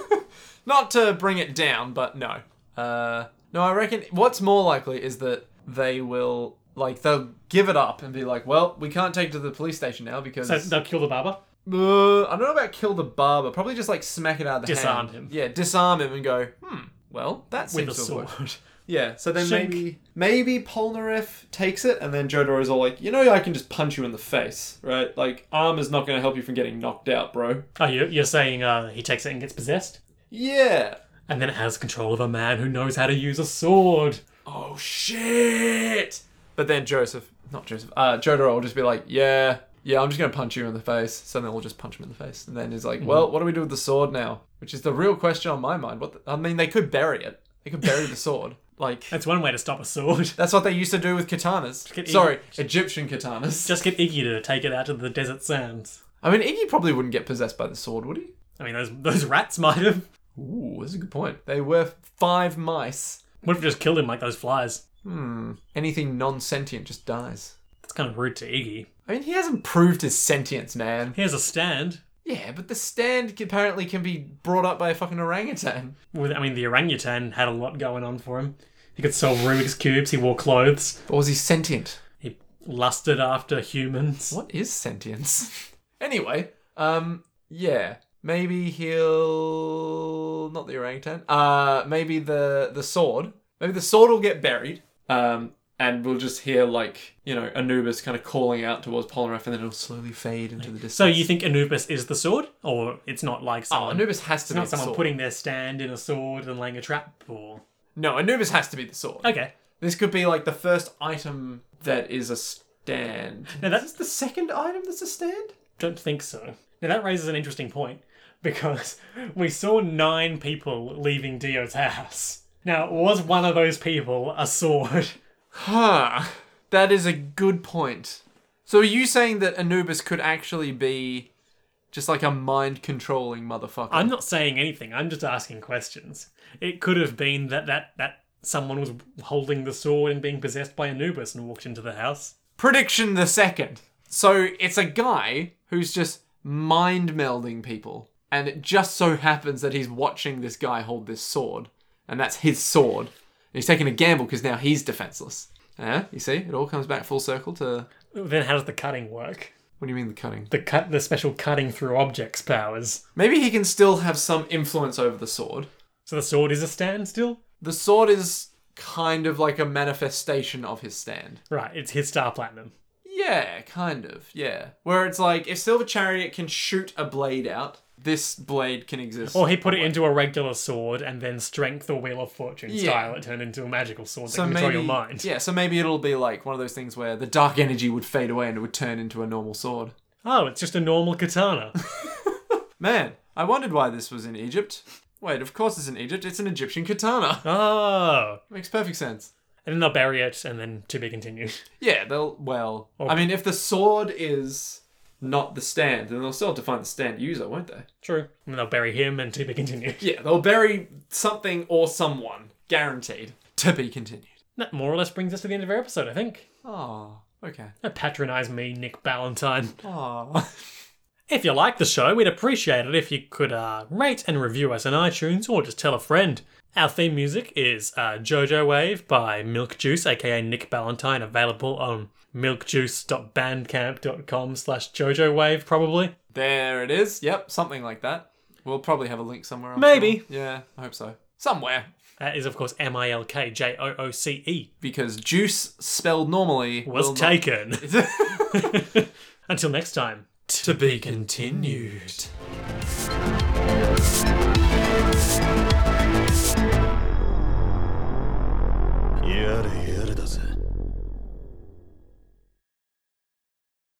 Speaker 2: (laughs) not to bring it down, but no. Uh, no, I reckon what's more likely is that they will like they'll give it up and be like, well, we can't take it to the police station now because
Speaker 1: So they'll kill the barber.
Speaker 2: Uh, I don't know about kill the barber. Probably just like smack it out of the
Speaker 1: Disarm
Speaker 2: hand.
Speaker 1: him.
Speaker 2: Yeah, disarm him and go. Hmm. Well, that
Speaker 1: With
Speaker 2: seems
Speaker 1: a
Speaker 2: to
Speaker 1: sword.
Speaker 2: Work. Yeah. So then
Speaker 1: Shink.
Speaker 2: maybe maybe Polnareff takes it, and then Jodor is all like, you know, I can just punch you in the face, right? Like arm is not going to help you from getting knocked out, bro.
Speaker 1: (laughs) Oh, you, you're saying uh, he takes it and gets possessed,
Speaker 2: Yeah.
Speaker 1: and then it has control of a man who knows how to use a sword.
Speaker 2: Oh shit! But then Joseph, not Joseph, uh, Jodor will just be like, yeah, yeah, I'm just gonna punch you in the face. So then we'll just punch him in the face, and then he's
Speaker 1: Hmm.
Speaker 2: like, well, what do we do with the sword now? Which is the real question on my mind. What the, I mean, they could bury it. They could bury
Speaker 1: (laughs)
Speaker 2: the sword. Like
Speaker 1: That's one way to stop a sword.
Speaker 2: that's what they used to do with katanas.
Speaker 1: Get Iggy-
Speaker 2: Sorry, Egyptian katanas.
Speaker 1: Just get Iggy to take it out to the desert sands.
Speaker 2: I mean, Iggy probably wouldn't get possessed by the sword, would he?
Speaker 1: I mean, those those rats (laughs) might have.
Speaker 2: Ooh, that's a good point. They were five mice.
Speaker 1: Would have just killed him like those flies.
Speaker 2: Hmm. Anything non-sentient just dies.
Speaker 1: That's kind of rude to Iggy.
Speaker 2: I mean, he hasn't proved his sentience, man.
Speaker 1: Here's a stand.
Speaker 2: Yeah, but the stand apparently can be brought up by a fucking orangutan.
Speaker 1: With, I mean, the orangutan had a lot going on for him. He could solve Rubik's cubes. He wore clothes.
Speaker 2: Or was he sentient?
Speaker 1: He lusted after humans.
Speaker 2: What is sentience? (laughs) anyway, um, yeah, maybe he'll not the orangutan. Uh, maybe the the sword. Maybe the sword will get buried. Um, and we'll just hear like you know Anubis kind of calling out towards Polnareff, and then it'll slowly fade into the distance.
Speaker 1: So you think Anubis is the sword, or it's not like
Speaker 2: Oh,
Speaker 1: someone,
Speaker 2: Anubis has to be
Speaker 1: not
Speaker 2: the
Speaker 1: someone
Speaker 2: sword.
Speaker 1: putting their stand in a sword and laying a trap? Or
Speaker 2: No, Anubis has to be the sword.
Speaker 1: okay,
Speaker 2: This could be like the first item that is a stand.
Speaker 1: now that's
Speaker 2: Is the second item that's a stand?
Speaker 1: Don't think so. Now that raises an interesting point because (laughs) we saw nine people leaving Dio's house. Now, was one of those people a sword? (laughs)
Speaker 2: Huh. That is a good point. So are you saying that Anubis could actually be just like a mind controlling motherfucker?
Speaker 1: I'm not saying anything. I'm just asking questions. It could have been that that that someone was holding the sword and being possessed by Anubis and walked into the house.
Speaker 2: Prediction the second. So it's a guy who's just mind melding people. And it just so happens that he's watching this guy hold this sword. And that's his sword. And he's taking a gamble because now he's defenseless. Yeah, you see? It all comes back full circle to.
Speaker 1: Then how does the cutting work?
Speaker 2: What do you mean the cutting?
Speaker 1: The cut, the special cutting through objects powers.
Speaker 2: Maybe he can still have some influence over the sword.
Speaker 1: So the sword is a stand still.
Speaker 2: The sword is kind of like a manifestation of his stand.
Speaker 1: Right, it's his star platinum.
Speaker 2: Yeah, kind of. Yeah. Where it's like if Silver Chariot can shoot a blade out, this blade can exist.
Speaker 1: Or he put it into a regular sword and then strength or wheel of fortune
Speaker 2: Yeah.
Speaker 1: style it turned into a magical sword that can control your mind.
Speaker 2: Yeah, so maybe it'll be like one of those things where the dark energy would fade away and it would turn into a normal sword.
Speaker 1: Oh, it's just a normal
Speaker 2: (laughs)
Speaker 1: katana.
Speaker 2: Man, I wondered why this was in Egypt. Wait, of course it's in Egypt. It's an Egyptian katana. (laughs)
Speaker 1: oh.
Speaker 2: Makes perfect sense.
Speaker 1: And then they'll bury it and then to be continued.
Speaker 2: Yeah, they'll well. I mean, if the sword is not the stand, then they'll still have to find the stand user, won't they?
Speaker 1: True. And they'll bury him and to be continued. (laughs)
Speaker 2: Yeah, they'll bury something or someone, guaranteed. To be continued.
Speaker 1: That more or less brings us to the end of our episode, I think.
Speaker 2: Oh, okay.
Speaker 1: Don't Patronise me, Nick Ballantyne.
Speaker 2: (laughs) Oh.
Speaker 1: If you like the show, we'd appreciate it if you could uh, rate and review us on iTunes or just tell a friend. Our theme music is uh, JoJo Wave by Milk Juice, aka Nick Ballantyne, available on milkjuice.bandcamp.com slash JoJo Wave, probably.
Speaker 2: There it is. Yep, something like that. We'll probably have a link somewhere. I'm
Speaker 1: Maybe.
Speaker 2: sure. Yeah, I hope so. Somewhere.
Speaker 1: That is, of course, M I L K J O O C E.
Speaker 2: Because juice spelled normally
Speaker 1: Was
Speaker 2: will not-
Speaker 1: taken. (laughs)
Speaker 2: (laughs)
Speaker 1: Until next time.
Speaker 2: to be continued.